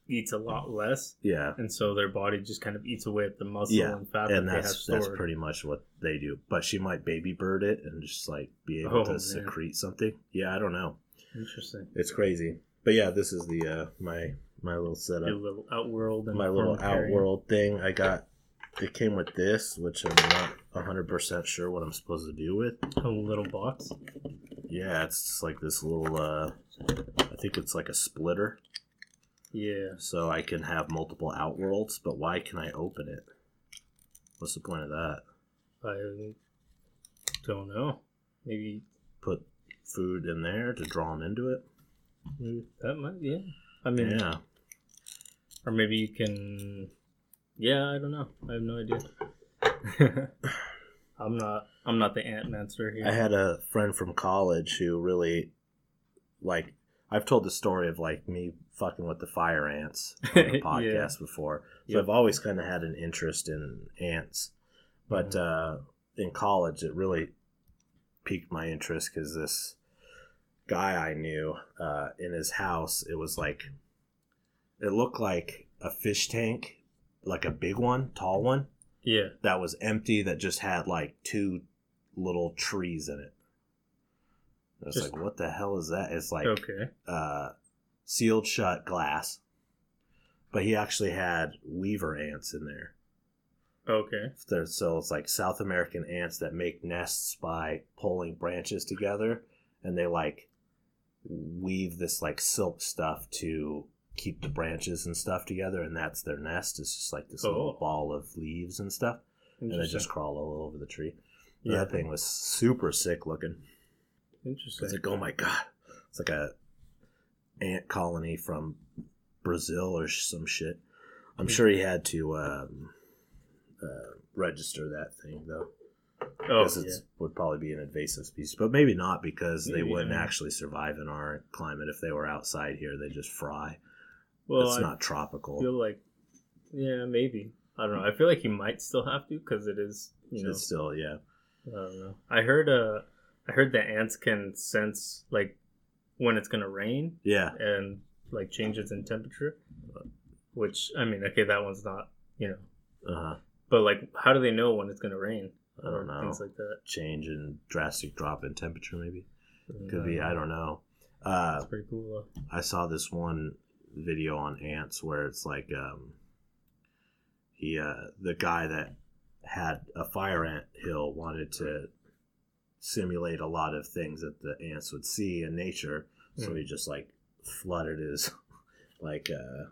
S1: eats a lot less,
S2: yeah
S1: and so their body just kind of eats away at the muscle
S2: Yeah,
S1: and fat
S2: and
S1: that they have
S2: that's
S1: stored.
S2: that's pretty much what they do but she might baby bird it and just like be able
S1: Oh,
S2: to
S1: man.
S2: secrete something yeah i don't know
S1: interesting.
S2: it's crazy but yeah this is the uh my my little setup
S1: Your little outworld and
S2: my little
S1: Formentarian.
S2: outworld thing i got it came with this which i'm not 100% sure what i'm supposed to do with
S1: a little box.
S2: yeah it's just like this little uh i think it's like a splitter
S1: Yeah,
S2: so i can have multiple outworlds but why can i open it what's the point of that
S1: I don't know. Maybe,
S2: put food in there to draw them into it
S1: maybe that might. Yeah, I mean,
S2: yeah
S1: or maybe you can. Yeah, I don't know. I have no idea. I'm not. I'm not the ant master here.
S2: I had a friend from college who really, like, I've told the story of like me fucking with the fire ants on the
S1: Yeah.
S2: podcast before. So
S1: Yep.
S2: I've always kind of had an interest in ants, but
S1: Mm-hmm.
S2: uh, in college it really piqued my interest because this guy I knew uh, in his house, it was like, it looked like a fish tank, like a big one, tall one
S1: yeah.
S2: that was empty that just had like two little trees in it. I was
S1: Just-
S2: like, what the hell is that? It's like
S1: okay.
S2: uh, sealed shut glass. But he actually had weaver ants in there.
S1: Okay.
S2: They're- So it's like South American ants that make nests by pulling branches together and they like weave this like silk stuff to keep the branches and stuff together and that's their nest. It's just like this little
S1: Oh.
S2: ball of leaves and stuff and they
S1: Interesting.
S2: just crawl all over the tree.
S1: yeah.
S2: That thing was super sick looking. I
S1: Interesting.
S2: was like, oh my god, it's like a ant colony from Brazil or sh- some shit. I'm
S1: Hmm.
S2: sure he had to um, uh, register that thing though,
S1: oh,
S2: because it would probably be an invasive species, but maybe not because they
S1: Maybe,
S2: wouldn't
S1: yeah.
S2: actually survive in our climate if they were outside here. They just fry.
S1: well,
S2: it's
S1: I
S2: not tropical.
S1: feel like, yeah, maybe. I don't know. I feel like you might still have to because it is, you know,
S2: it's still yeah.
S1: I don't know. I heard uh I heard that ants can sense like when it's gonna rain
S2: Yeah,
S1: and like changes in temperature. Which I mean, okay, that one's not you know
S2: uh-huh.
S1: but like how do they know when it's gonna rain?
S2: I don't know.
S1: Things like that.
S2: change in drastic drop in temperature maybe. Could be. I
S1: Uh,
S2: don't know. Uh,
S1: That's pretty cool. Though.
S2: I saw this one video on ants where it's like um, he uh, the guy that had a fire ant hill wanted to simulate a lot of things that the ants would see in nature, so
S1: Mm.
S2: he just like flooded his like uh,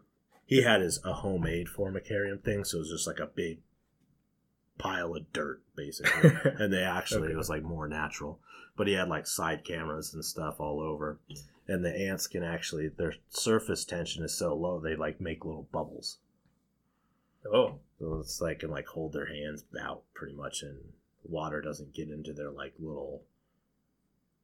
S2: he had his a homemade formicarium thing, so it was just like a big pile of dirt basically and they actually
S1: Okay.
S2: it was like more natural but he had like side cameras and stuff all over and the ants can actually their surface tension is so low they like make little bubbles
S1: oh,
S2: so it's like can like hold their hands out pretty much and water doesn't get into their like little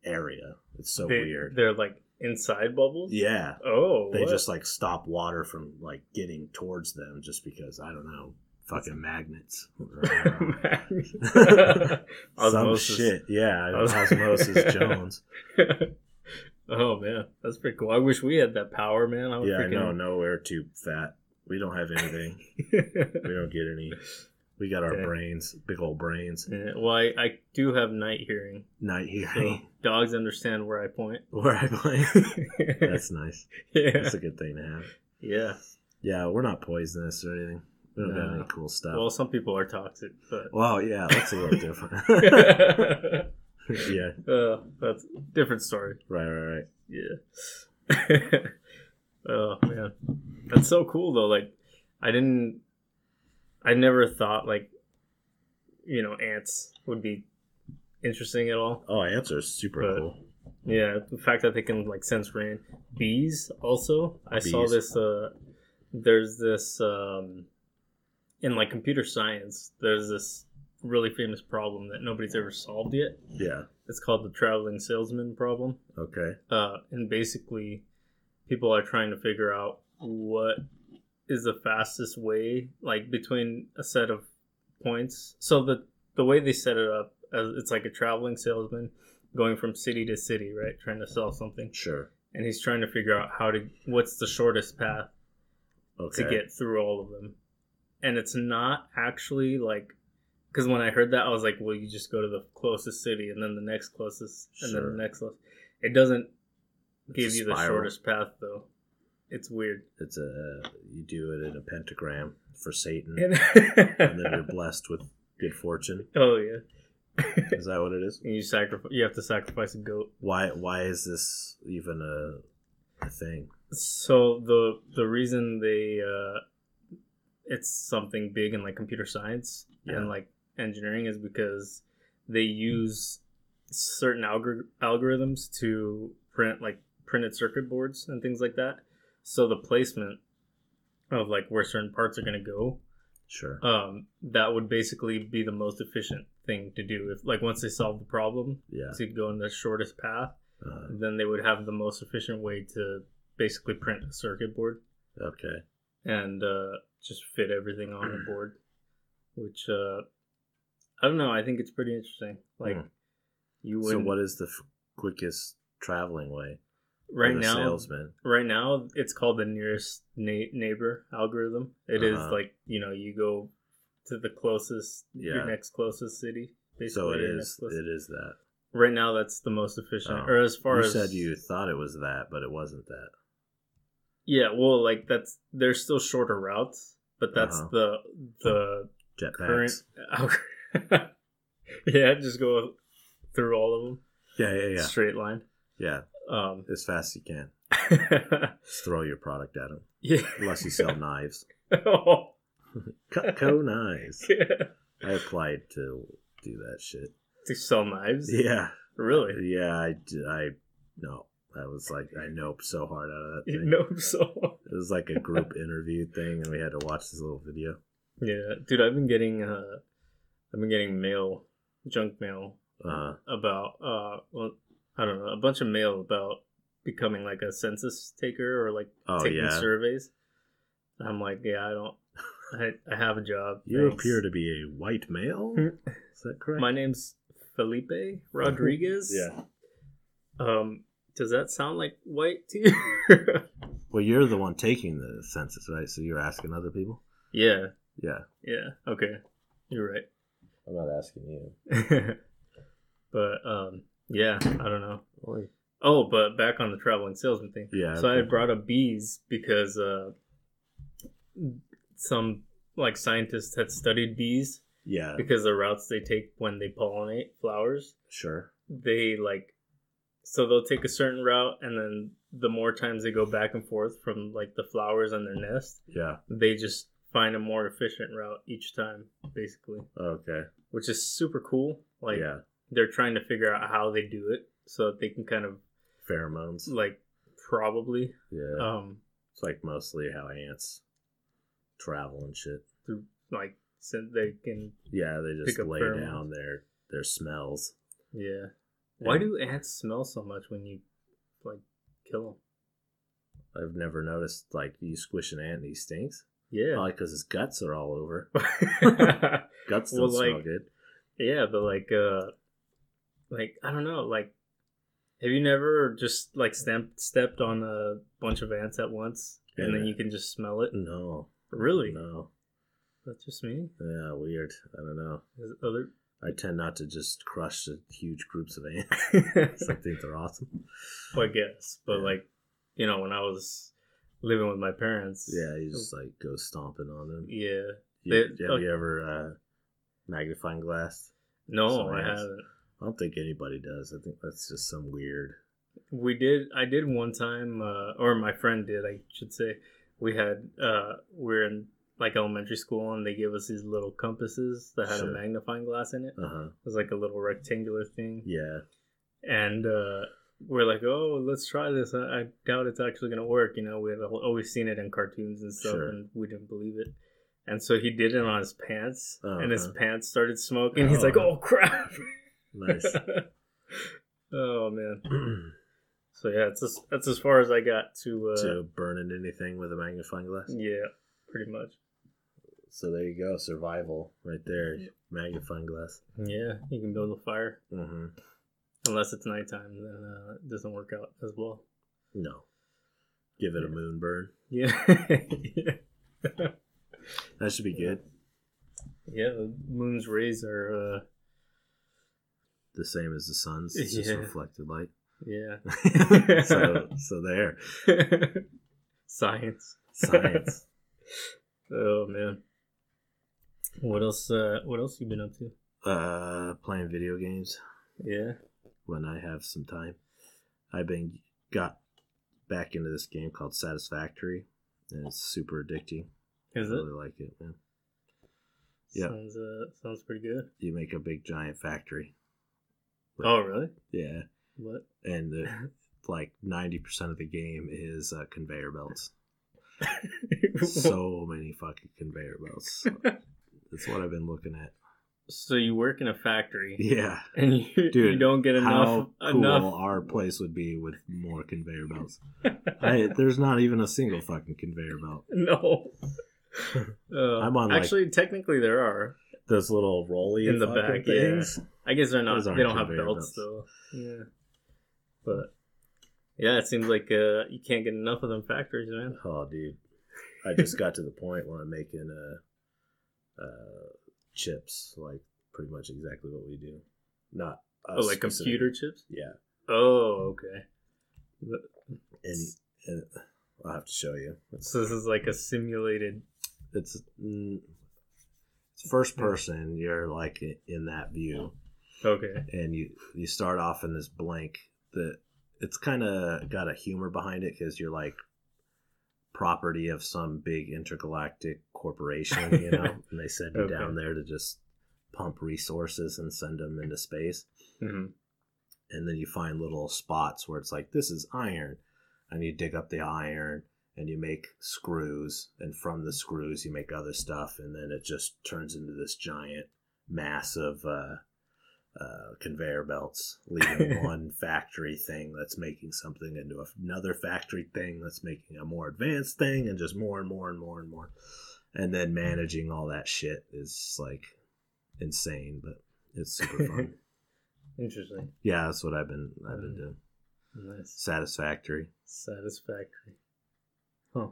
S2: area. It's so
S1: they,
S2: weird.
S1: They're like inside bubbles.
S2: Yeah.
S1: Oh,
S2: They
S1: what?
S2: just like stop water from like getting towards them just because I don't know, fucking magnets. Some
S1: Osmosis.
S2: shit. Yeah,
S1: Os-
S2: osmosis Jones.
S1: oh man, that's pretty cool. I wish we had that power, man. I would
S2: Yeah, I know.
S1: Oh, freaking...
S2: No, we're too fat. We don't have anything. we don't get any. We got our
S1: Dang.
S2: brains, big old brains.
S1: Yeah, well, I, I do have night hearing.
S2: Night
S1: So
S2: hearing.
S1: dogs understand where I point.
S2: Where I play. That's nice.
S1: yeah.
S2: That's a good thing to have.
S1: yeah.
S2: Yeah, we're not poisonous or anything. We don't got
S1: No.
S2: any cool stuff.
S1: Well, some people are toxic, but
S2: Well, yeah, that's a little different.
S1: uh,
S2: yeah,
S1: that's different story.
S2: right, right, right.
S1: Yeah. oh man, that's so cool though. Like, I didn't, I never thought like, you know, ants would be interesting at all.
S2: Oh, ants are super
S1: But-
S2: cool.
S1: Yeah, the fact that they can like sense rain. Bees also. I saw
S2: Bees.
S1: this. Uh, there's this um, in like computer science. There's this really famous problem that nobody's ever solved yet.
S2: Yeah.
S1: It's called the traveling salesman problem.
S2: Okay.
S1: Uh, and basically, people are trying to figure out what is the fastest way, like between a set of points. So the the way they set it up, uh, it's like a traveling salesman going from city to city, right, trying to sell something,
S2: Sure.
S1: and he's trying to figure out how to what's the shortest path
S2: Okay.
S1: to get through all of them. And it's not actually like because when I heard that, I was like, well, you just go to the closest city and then the next closest and
S2: Sure.
S1: then the next closest. It doesn't
S2: It's
S1: give
S2: a
S1: you the
S2: spiral.
S1: shortest path though. It's weird.
S2: It's a you do it in a pentagram for Satan, Mm. and,
S1: And
S2: then you're blessed with good fortune.
S1: oh yeah,
S2: Is that what it is?
S1: and you sacrifice. You have to sacrifice a goat.
S2: Why? Why is this even a, a thing?
S1: So the the reason they uh, it's something big in like computer science
S2: Yeah.
S1: and like engineering is because they use certain algor- algorithms to print like printed circuit boards and things like that. So the placement of like where certain parts are going to go
S2: Sure.
S1: um, that would basically be the most efficient thing to do. If like once they solve the problem
S2: yeah.
S1: to go in the shortest path,
S2: Uh,
S1: then they would have the most efficient way to basically print a circuit board
S2: okay.
S1: and uh, just fit everything on the board. Which uh, I don't know. I think it's pretty interesting. Like
S2: Hmm.
S1: you would
S2: So what is the f- quickest traveling way for
S1: right
S2: the
S1: now.
S2: salesman?
S1: Right now, it's called the nearest na- neighbor algorithm. It is
S2: Uh-huh.
S1: like you know you go to the closest,
S2: Yeah.
S1: your next closest city.
S2: So it
S1: your next
S2: is.
S1: closest-
S2: It is that.
S1: Right now, that's the most efficient.
S2: Oh.
S1: Or as far
S2: you
S1: as
S2: said you thought it was that, but it wasn't that.
S1: yeah, well, like that's there's still shorter routes, but that's
S2: Uh-huh.
S1: the the current.
S2: Jetpacks.
S1: yeah, just go through all of them
S2: Yeah, yeah, yeah,
S1: straight line.
S2: yeah.
S1: Um,
S2: As fast as you can. Just throw your product at them,
S1: yeah.
S2: unless you sell knives.
S1: oh,
S2: Cutco knives.
S1: yeah.
S2: I applied to do that shit.
S1: To sell knives?
S2: Yeah,
S1: Really?
S2: yeah. I, d- I no. I was like, I nope so hard out of that
S1: You
S2: thing.
S1: know, so
S2: It was like a group interview thing, and we had to watch this little video.
S1: yeah, dude, I've been getting uh, I've been getting mail, junk mail
S2: Uh,
S1: about uh, well, I don't know, a bunch of mail about becoming like a census taker or like
S2: oh
S1: taking
S2: yeah,
S1: surveys. I'm like, yeah, I don't, I, I have a job.
S2: you
S1: thanks.
S2: appear to be a white male. Is that correct?
S1: My name's Felipe Rodriguez.
S2: yeah.
S1: Um, does that sound like white to you?
S2: Well, you're the one taking the census, right? So you're asking other people.
S1: yeah.
S2: Yeah,
S1: Yeah. Okay. You're right.
S2: I'm not asking you.
S1: but um, yeah, I don't know. Oh, but back on the traveling salesman thing.
S2: Yeah.
S1: So I
S2: okay.
S1: had brought up bees because uh, some like scientists had studied bees
S2: Yeah.
S1: because the routes they take when they pollinate flowers.
S2: Sure.
S1: they like so they'll take a certain route and then the more times they go back and forth from like the flowers on their nest
S2: Yeah.
S1: they just find a more efficient route each time basically
S2: Okay.
S1: which is super cool like
S2: yeah.
S1: they're trying to figure out how they do it so that they can kind of
S2: Pheromones.
S1: like probably
S2: Yeah.
S1: um
S2: it's like mostly how ants travel and shit.
S1: like so they can
S2: Yeah, they just
S1: Pick up
S2: lay
S1: pheromones.
S2: down their their smells
S1: yeah Why do ants smell so much when you like kill them?
S2: I've never noticed like you squish an ant and he stinks.
S1: Yeah.
S2: Probably because his guts are all over. Guts don't
S1: Well,
S2: smell
S1: like-
S2: good.
S1: yeah, but like uh like I don't know, like have you never just like stamp- stepped on a bunch of ants at once and then
S2: Yeah.
S1: you can just smell it?
S2: No,
S1: Really?
S2: no.
S1: That's just me.
S2: Yeah, weird. I don't know.
S1: Is it other
S2: I tend not to just crush the huge groups of ants. I
S1: I
S2: think they're awesome.
S1: guess, but
S2: Yeah.
S1: like you know, when I was living with my parents,
S2: Yeah, you just like go stomping on them.
S1: Oh.
S2: You,
S1: yeah,
S2: you-
S1: They-
S2: have you ever uh, magnifying glass?
S1: no,
S2: Some
S1: I
S2: ants.
S1: haven't.
S2: I don't think anybody does. I think that's just some weird.
S1: We did. I did one time, uh, or my friend did, I should say. We had uh, we we're in like elementary school, and they gave us these little compasses that had
S2: Sure.
S1: a magnifying glass in it. It
S2: Uh huh.
S1: was like a little rectangular thing,
S2: Yeah.
S1: and uh, we're like, "Oh, let's try this." I, I doubt it's actually gonna work. You know, we had al- always seen it in cartoons and stuff,
S2: Sure.
S1: and we didn't believe it. And so he did it on his pants, and his
S2: Uh-huh.
S1: pants started smoking. He's
S2: Oh,
S1: like,
S2: no.
S1: "Oh crap!"
S2: Nice.
S1: oh man.
S2: to
S1: So yeah, it's as, that's as far as I got to. Uh,
S2: burning anything with a magnifying glass.
S1: Yeah, pretty much.
S2: So there you go, survival right there. Magnifying glass.
S1: Yeah, you can build a fire
S2: Mm-hmm.
S1: unless it's nighttime, then uh, it doesn't work out as well.
S2: No, give it a
S1: Yeah.
S2: moon burn.
S1: Yeah,
S2: That should be good.
S1: yeah. The moon's rays are. Uh,
S2: The same as the sun's, it's just
S1: Yeah.
S2: reflected light.
S1: yeah,
S2: so, so there,
S1: science.
S2: science.
S1: Oh man. What else? Uh, what else you been up to?
S2: uh, playing video games
S1: Yeah.
S2: when I have some time. I've been got back into this game called Satisfactory, and it's super addicting.
S1: Is
S2: I
S1: it?
S2: really like it. Man. Yeah.
S1: Sounds uh, sounds pretty good.
S2: You make a big giant factory.
S1: Oh really?
S2: Yeah,
S1: What?
S2: and the, like ninety percent of the game is uh, conveyor belts. so many fucking conveyor belts. That's what I've been looking at.
S1: so you work in a factory.
S2: Yeah.
S1: and you, you
S2: Dude,
S1: don't get enough
S2: How cool
S1: enough
S2: our place would be with more conveyor belts. I, there's not even a single fucking conveyor belt.
S1: no uh,
S2: I'm on, like-
S1: actually technically there are
S2: Those little rolly
S1: In the
S2: fucking
S1: back, yeah. i guess they're not
S2: Those aren't
S1: they don't have
S2: conveyor
S1: belts
S2: belts.
S1: though yeah but yeah it seems like uh you can't get enough of them factories man
S2: Oh, dude, I just got to the point where I'm making uh, uh, chips, like pretty much exactly what we do. Not
S1: oh
S2: us
S1: like
S2: specific-
S1: computer chips
S2: Yeah,
S1: oh okay
S2: and, and uh, I'll have to show you. It's
S1: so this is like a simulated
S2: it's, mm, it's first person. You're like i- in that view.
S1: okay
S2: and you you start off in this blank that it's kind of got a humor behind it because you're like property of some big intergalactic corporation you know and they send you
S1: Okay.
S2: down there to just pump resources and send them into space Mm-hmm.
S1: hmm
S2: and then you find little spots where it's like this is iron and you dig up the iron and you make screws and from the screws you make other stuff and then it just turns into this giant mass of uh, uh, conveyor belts leading one factory thing that's making something into another factory thing that's making a more advanced thing and just more and more and more and more and then managing all that shit is like insane but it's super fun
S1: interesting
S2: yeah, that's what I've been I've been doing.
S1: nice
S2: Satisfactory.
S1: satisfactory huh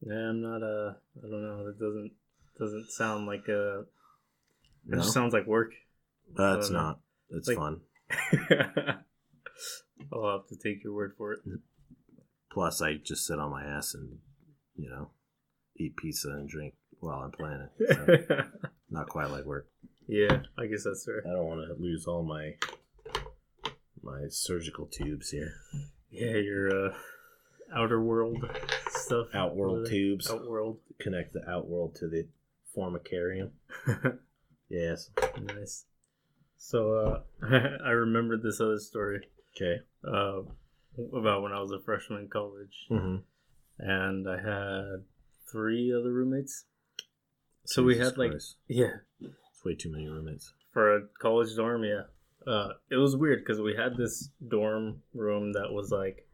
S1: yeah i'm not uh i don't know that doesn't doesn't sound like a It
S2: No,
S1: just sounds like work.
S2: Uh, it's
S1: I don't know.
S2: not. It's
S1: Like-
S2: fun.
S1: I'll have to take your word for it.
S2: Plus, I just sit on my ass and you know eat pizza and drink while I'm playing it. So, not quite like work.
S1: yeah, I guess that's fair.
S2: I don't want to lose all my my surgical tubes here.
S1: Yeah, your uh, outer world stuff.
S2: Outworld
S1: too.
S2: tubes
S1: Outworld.
S2: connect the outworld to the formicarium. Yes.
S1: nice. So uh, I remembered this other story
S2: Okay.
S1: uh, about when I was a freshman in college,
S2: Mm-hmm.
S1: and I had three other roommates. So we had like yeah
S2: it's way too many roommates.
S1: for a college dorm, yeah. uh, it was weird because we had this dorm room that was like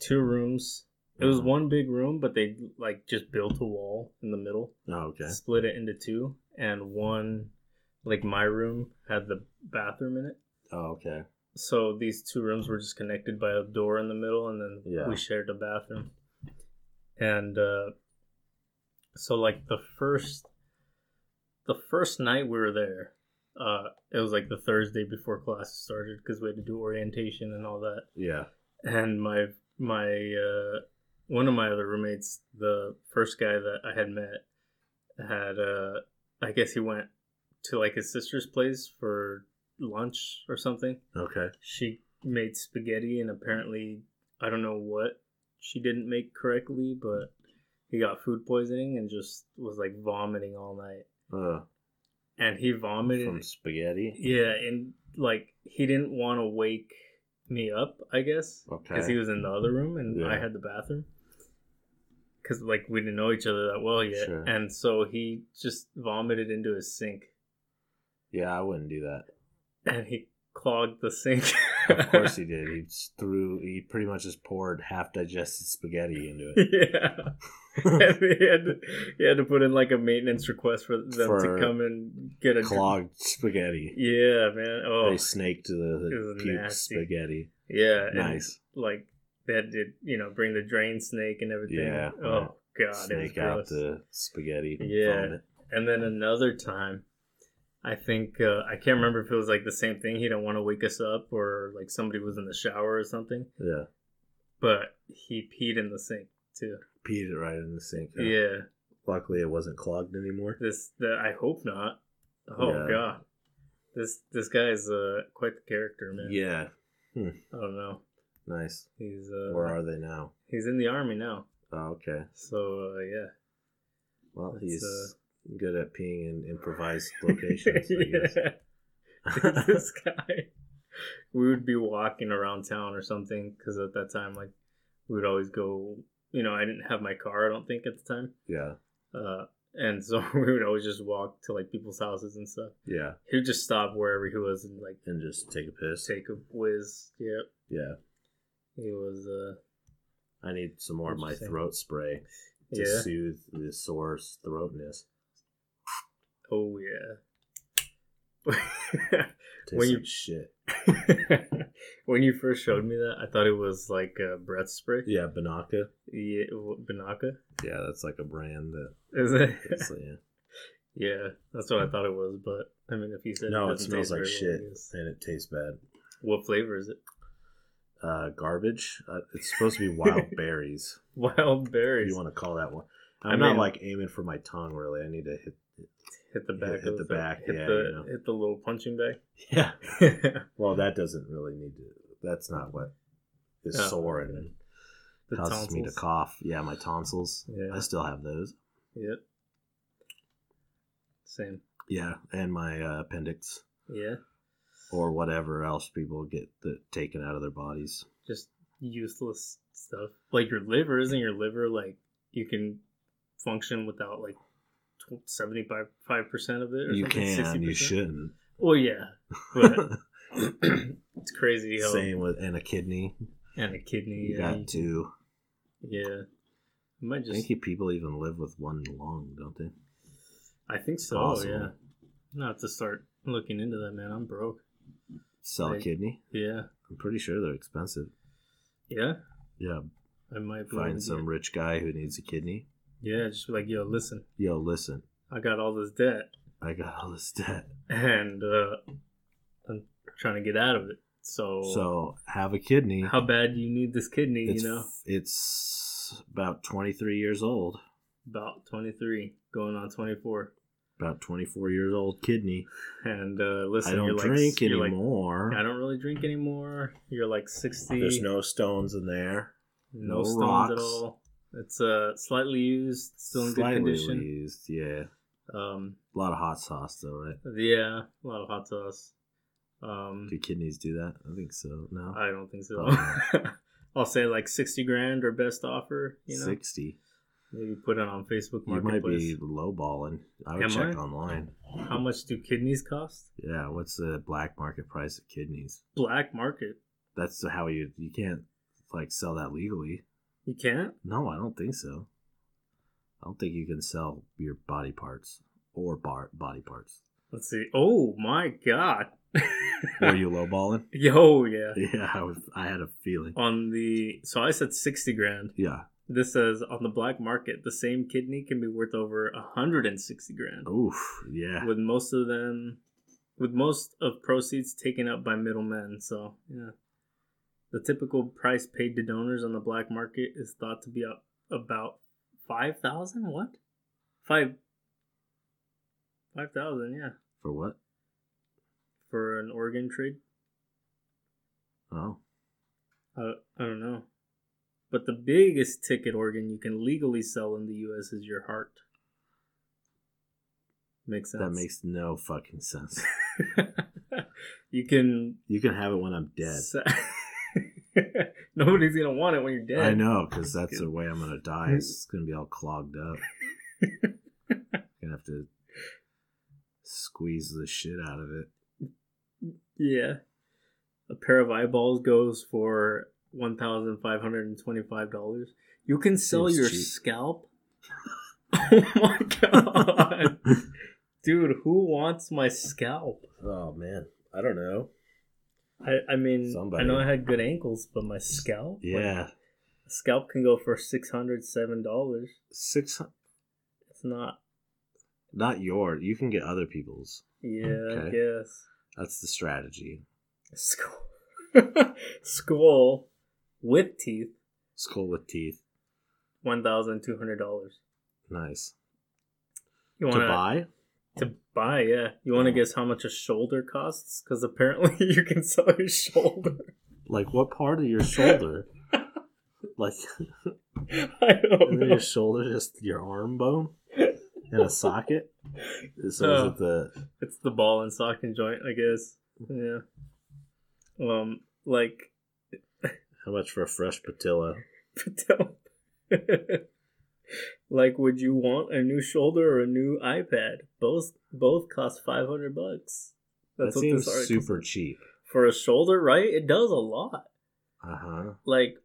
S1: two rooms. It
S2: Mm-hmm.
S1: was one big room, but they like just built a wall in the middle,
S2: Oh, okay.
S1: split it into two, and one like my room had the bathroom in it.
S2: Oh, okay.
S1: So these two rooms were just connected by a door in the middle, and then
S2: Yeah.
S1: we shared a bathroom. And uh, so, like the first, the first night we were there, uh, it was like the Thursday before class started because we had to do orientation and all that.
S2: Yeah.
S1: And my my uh, one of my other roommates, the first guy that I had met, had uh, I guess he went to like his sister's place for lunch or something
S2: Okay.
S1: she made spaghetti and apparently i don't know what she didn't make correctly but he got food poisoning and just was like vomiting all night
S2: Uh,
S1: and he vomited
S2: from spaghetti.
S1: yeah and like he didn't want to wake me up i guess because he
S2: Okay.
S1: was in the other room and i
S2: Yeah.
S1: had the bathroom because like we didn't know each other that well yet
S2: Sure.
S1: and so he just vomited into his sink
S2: Yeah, I wouldn't do that.
S1: and he clogged the sink
S2: Of course he did. He just threw. He pretty much just poured half digested spaghetti into it.
S1: yeah and he, had to, he had to put in like a maintenance request for them
S2: For
S1: to come and get a
S2: Clogged spaghetti.
S1: Yeah, man. Oh,
S2: They snaked to the,
S1: It
S2: the
S1: was
S2: puke
S1: nasty.
S2: spaghetti.
S1: yeah. and,
S2: Nice.
S1: Like they had to, you know, bring the drain snake and everything.
S2: Yeah, right.
S1: Oh god,
S2: Snake
S1: it was
S2: out
S1: gross.
S2: the spaghetti.
S1: Yeah.
S2: vomit.
S1: And then another time, I think uh, I can't remember if it was like the same thing. He didn't want to wake us up, or like somebody was in the shower or something.
S2: Yeah.
S1: But he peed in the sink too.
S2: Peed it right in the sink. huh?
S1: yeah.
S2: Luckily, it wasn't clogged anymore.
S1: this the, i hope not oh
S2: Yeah.
S1: god this this guy is uh quite the character man
S2: Yeah.
S1: i don't know
S2: Nice.
S1: he's uh
S2: Where are they now?
S1: he's in the army now
S2: Oh, okay.
S1: so uh, yeah
S2: Well,
S1: It's, uh,
S2: he's good at peeing in improvised
S1: yeah.
S2: locations, I guess.
S1: this guy we would be walking around town or something because at that time like we would always go you know i didn't have my car i don't think at the time
S2: yeah.
S1: uh and so we would always just walk to like people's houses and stuff
S2: Yeah.
S1: he would just stop wherever he was and like
S2: And just take a piss.
S1: take a whiz yep
S2: Yeah.
S1: he was uh
S2: I need some more of my
S1: Interesting.
S2: throat spray to
S1: yeah
S2: soothe the sore throatness.
S1: Oh yeah.
S2: Tastes
S1: When you-
S2: like shit.
S1: when you first showed me that, I thought it was like uh, breath spray.
S2: Yeah, Banaka.
S1: Yeah, w- Banaka.
S2: Yeah, that's like a brand that.
S1: Is it?
S2: It's, yeah.
S1: yeah, that's what I thought it was. But I mean, if you said
S2: No, it
S1: doesn't taste
S2: smells like
S1: very well, I
S2: shit.
S1: guess.
S2: And it tastes bad.
S1: What flavor is it?
S2: Uh, garbage. Uh, it's supposed to be wild berries.
S1: Wild
S2: If
S1: berries.
S2: you want to call that one? I'm
S1: I
S2: not
S1: mean-
S2: like aiming for my tongue really. I need to hit.
S1: hit the
S2: hit-
S1: back.
S2: hit
S1: of
S2: the
S1: throat.
S2: back,
S1: Hit
S2: yeah,
S1: the
S2: you know.
S1: hit the little punching bag.
S2: Yeah. Well, that doesn't really need to. That's not what is
S1: Oh,
S2: sore
S1: okay.
S2: and
S1: the
S2: causes me to
S1: tonsils.
S2: cough. Yeah, my tonsils.
S1: Yeah.
S2: I still have those.
S1: Yep. Same.
S2: Yeah, and my uh, appendix
S1: Yeah.
S2: or whatever else people get the, taken out of their bodies.
S1: just useless stuff. Like your liver, isn't your liver like you can function without like seventy five percent of it? Or
S2: You
S1: something?
S2: can. You
S1: 60%?
S2: shouldn't.
S1: Well, yeah, but it's crazy how
S2: Same with and a kidney.
S1: and a kidney.
S2: You
S1: yeah,
S2: got two.
S1: yeah. I might
S2: I
S1: just.
S2: think you people even live with one lung, don't they?
S1: I think so.
S2: possible.
S1: Yeah. I'm gonna have to start looking into that, man. I'm broke.
S2: Sell a
S1: Right.
S2: kidney.
S1: Yeah.
S2: I'm pretty sure they're expensive.
S1: Yeah.
S2: Yeah,
S1: I might be able to
S2: find
S1: get-
S2: some rich guy who needs a kidney.
S1: Yeah, just be like, yo, listen,
S2: Yo, listen,
S1: I got all this debt,
S2: I got all this debt.
S1: and uh, I'm trying to get out of it.
S2: So have a kidney.
S1: how bad do you need this kidney
S2: it's,
S1: you know
S2: it's about 23 years old.
S1: about 23 going on 24
S2: About 24 years old kidney.
S1: and uh listen
S2: I
S1: you're
S2: don't
S1: like,
S2: drink
S1: you're like,
S2: anymore.
S1: i don't really drink anymore you're like 60
S2: There's no stones in there.
S1: no
S2: no
S1: stones at
S2: rocks.
S1: all it's uh slightly used still in
S2: Slightly
S1: good condition
S2: Used. Yeah.
S1: um
S2: A lot of hot sauce though, right?
S1: yeah a lot of hot sauce um
S2: Do kidneys do that? I think so. No.
S1: i don't think so
S2: Oh.
S1: i'll say like 60 grand or best offer you know
S2: 60.
S1: Maybe put it on Facebook
S2: You might
S1: Marketplace.
S2: be lowballing. I would
S1: Am
S2: check
S1: I?
S2: online.
S1: How much do kidneys cost?
S2: Yeah, what's the black market price of kidneys?
S1: Black market.
S2: That's how you you can't like sell that legally.
S1: You can't.
S2: No, I don't think so. I don't think you can sell your body parts or bar- body parts.
S1: Let's see. Oh my god.
S2: Were you lowballing?
S1: Yo, yeah.
S2: Yeah, I, was, I had a feeling.
S1: On the so I said sixty grand.
S2: Yeah.
S1: This says on the black market, the same kidney can be worth over hundred and sixty grand.
S2: Oof. Yeah.
S1: With most of them, with most of proceeds taken up by middlemen. So yeah, the typical price paid to donors on the black market is thought to be up about five thousand. What? Five. Five thousand. Yeah,
S2: For what?
S1: for an organ trade.
S2: Oh.
S1: I, I don't know. But the biggest ticket organ you can legally sell in the U.S. is your heart. Makes sense.
S2: That makes no fucking sense.
S1: you can.
S2: You can have it when I'm dead.
S1: se- Nobody's gonna want it when you're dead.
S2: I know, because that's Hmm. the way I'm gonna die. is It's gonna be all clogged up. gonna have to squeeze the shit out of it.
S1: Yeah. A pair of eyeballs goes for one thousand five hundred and twenty-five dollars. You can sell
S2: Seems
S1: your
S2: cheap.
S1: scalp. oh my god, dude! Who wants my scalp?
S2: Oh man, I don't know.
S1: I, I mean,
S2: Somebody.
S1: I know I had good ankles, but my scalp? Like,
S2: Yeah,
S1: scalp can go for $607.
S2: six. hun-
S1: It's not.
S2: Not your. You can get other people's.
S1: Yeah,
S2: Okay.
S1: I guess.
S2: That's the strategy.
S1: Skull. Skull with teeth,
S2: Skull with teeth.
S1: $1,200.
S2: Nice
S1: You want
S2: to buy. Oh.
S1: To buy, yeah. You want to guess how much a shoulder costs? Because apparently you can sell your shoulder.
S2: Like what part of your shoulder? like
S1: I don't know.
S2: your shoulder, just your arm bone in a socket. So is it the
S1: It's the ball and sock and joint, I guess. Yeah. Um, like
S2: how much for a fresh patilla?
S1: Patel. like, would you want a new shoulder or a new iPad? Both both cost five hundred bucks. That's
S2: that
S1: what
S2: seems
S1: this article
S2: super
S1: says.
S2: cheap.
S1: for a shoulder, right? It does a lot.
S2: Uh huh.
S1: Like,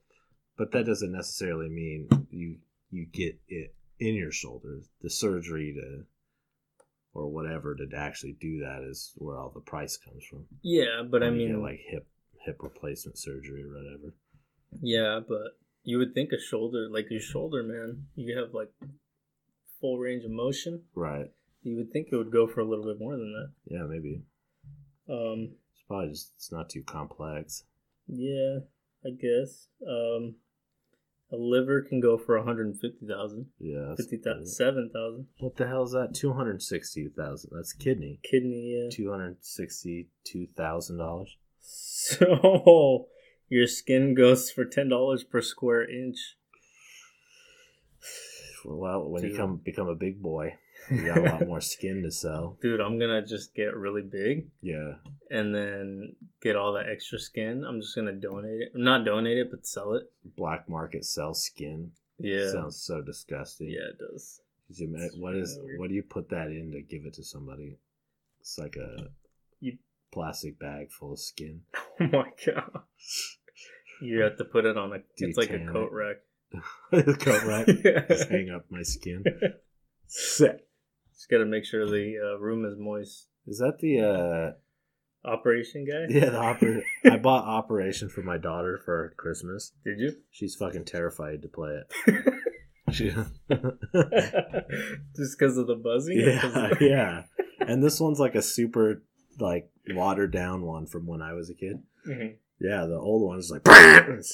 S2: But that doesn't necessarily mean you you get it in your shoulder. The surgery to or whatever to actually do that is where all the price comes from.
S1: yeah, but I
S2: When you
S1: mean,
S2: get, like hip hip replacement surgery or whatever.
S1: yeah, but you would think a shoulder, like your shoulder, man, you have like full range of motion.
S2: Right.
S1: You would think it would go for a little bit more than that.
S2: Yeah, maybe.
S1: Um,
S2: It's probably just it's not too complex.
S1: yeah, I guess. Um, a liver can go for one hundred and fifty thousand.
S2: Yeah. that's
S1: Fifty
S2: cool.
S1: thousand, seven thousand.
S2: What the hell is that? Two hundred sixty thousand. That's kidney.
S1: Kidney, yeah.
S2: Two hundred sixty two thousand dollars.
S1: So your skin goes for ten dollars per square inch.
S2: Well, when you
S1: Dude.
S2: come become a big boy, you got a lot more skin to sell.
S1: Dude, I'm gonna just get really big
S2: Yeah.
S1: and then get all that extra skin. I'm just gonna donate it. Not donate it, but sell it.
S2: black market sell skin.
S1: Yeah.
S2: Sounds so disgusting.
S1: Yeah, it does.
S2: 'Cause you ma-
S1: It's
S2: what is
S1: really weird.
S2: what do you put that in to give it to somebody? It's like a
S1: You-
S2: plastic bag full of skin.
S1: Oh my god. You have to put it on a
S2: Do you
S1: it's like a
S2: tan
S1: coat
S2: it?
S1: rack.
S2: Coat rack.
S1: Yeah.
S2: Just hang up my skin. Sick.
S1: Just gotta make sure the uh, room is moist.
S2: Is that the uh
S1: Operation guy?
S2: yeah, the oper- I bought Operation for my daughter for Christmas.
S1: Did you?
S2: She's fucking terrified to play it. She-
S1: just because of the buzzing? or 'cause
S2: yeah,
S1: of-
S2: yeah. And this one's like a super like watered down one from when I was a kid.
S1: Mhm.
S2: Yeah, the old one's like it's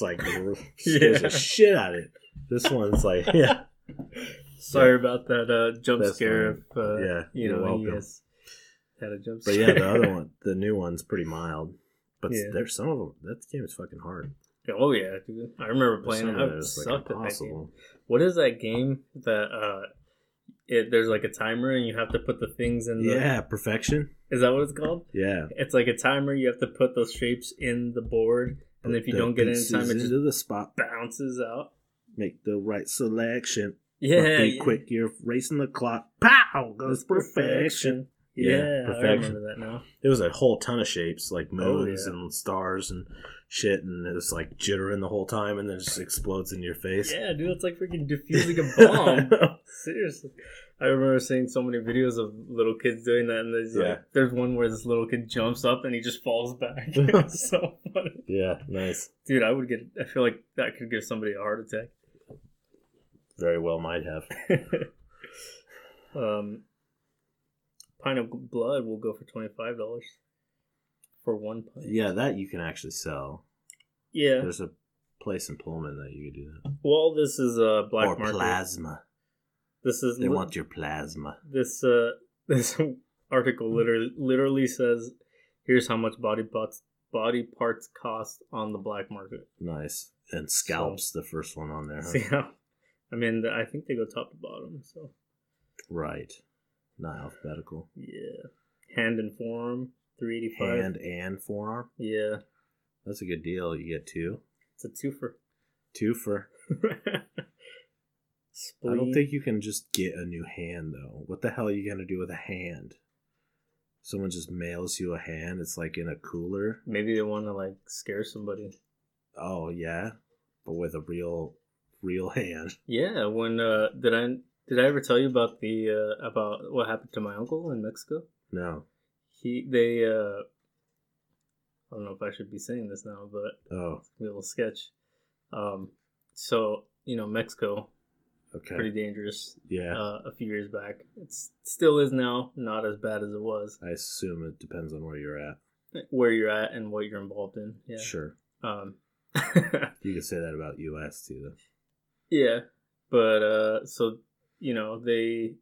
S2: like scares
S1: Yeah.
S2: the shit out of it. This one's like yeah,
S1: Sorry about that uh, jump
S2: That's
S1: scare.
S2: fine.
S1: If, uh,
S2: yeah.
S1: you
S2: you're
S1: know, he
S2: welcome.
S1: has had a jump
S2: But
S1: scare.
S2: yeah, the other one, the new one's pretty mild. But
S1: Yeah.
S2: there's some of them. That game is fucking hard.
S1: oh yeah, dude. I remember
S2: There's
S1: playing
S2: some
S1: it.
S2: of
S1: I
S2: those, like,
S1: sucked at that game.
S2: impossible.
S1: What is that game that uh, it, there's like a timer and you have to put the things in? The,
S2: Yeah, perfection.
S1: Is that what it's called?
S2: Yeah.
S1: It's like a timer. You have to put those shapes in the board, and
S2: Put
S1: if you
S2: the
S1: don't get it in
S2: pieces
S1: time, it just
S2: into the spot.
S1: bounces out.
S2: Make the right selection.
S1: Yeah,
S2: Be
S1: yeah.
S2: quick, you're racing the clock. Pow! Goes perfection.
S1: Yeah,
S2: Yeah,
S1: I
S2: perfection.
S1: remember that now.
S2: There was a whole ton of shapes, like moons
S1: Oh, yeah.
S2: and stars and shit, and it was like jittering the whole time, and then it just explodes in your face.
S1: Yeah, dude, that's like freaking diffusing a bomb. Seriously. I remember seeing so many videos of little kids doing that, and there's
S2: Yeah.
S1: like, there's one where this little kid jumps up and he just falls back. it's so funny,
S2: yeah, nice.
S1: dude. I would get. I feel like that could give somebody a heart attack.
S2: Very well might have.
S1: um, pint of blood will go for twenty five dollars for one pint.
S2: Yeah, that you can actually sell.
S1: Yeah.
S2: There's a place in Pullman that you could do that.
S1: Well, this is a uh, black
S2: or
S1: market.
S2: plasma.
S1: This is
S2: They
S1: li-
S2: want your plasma.
S1: this uh this article literally literally says, "Here's how much body parts body parts cost on the black market."
S2: Nice. And scalps the first one on there. huh?
S1: See how? I mean, I think they go top to bottom. So
S2: Right. Not alphabetical.
S1: yeah, hand and forearm, three eighty five.
S2: Hand and forearm.
S1: Yeah,
S2: That's a good deal. You get two.
S1: it's a twofer.
S2: Two for. I
S1: Spleen.
S2: don't think you can just get a new hand though. What the hell are you gonna do with a hand? Someone just mails you a hand. It's like in a cooler.
S1: maybe they want to like scare somebody.
S2: Oh yeah, but with a real, real hand.
S1: Yeah, when uh did I did I ever tell you about the uh about what happened to my uncle in Mexico?
S2: No.
S1: He they uh I don't know if I should be saying this now, but
S2: Oh,
S1: it's gonna be a little sketch. Um so, you know, Mexico,
S2: okay.
S1: pretty dangerous.
S2: yeah.
S1: Uh, a few years back. It's still is now, not as bad as it was.
S2: I assume it depends on where you're at.
S1: Where you're at and what you're involved in. Yeah.
S2: Sure.
S1: Um
S2: You could say that about U.S. too, though.
S1: Yeah, but uh, so you know they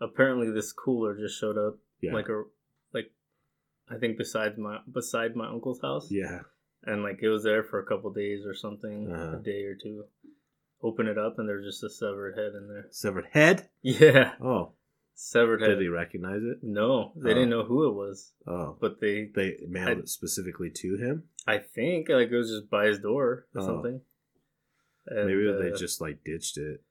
S1: apparently this cooler just showed up
S2: Yeah.
S1: like a like I think beside my beside my uncle's house,
S2: yeah.
S1: and like it was there for a couple days or something,
S2: Uh-huh.
S1: a day or two. Open it up and there's just a severed head in there.
S2: Severed head.
S1: Yeah,
S2: Oh,
S1: severed head.
S2: did he recognize it?
S1: No, they
S2: Oh.
S1: didn't know who it was,
S2: Oh,
S1: but they
S2: they mailed
S1: I-
S2: it specifically to him.
S1: I think like it was just by his door or
S2: Oh.
S1: something. And,
S2: Maybe
S1: uh,
S2: they just like ditched it.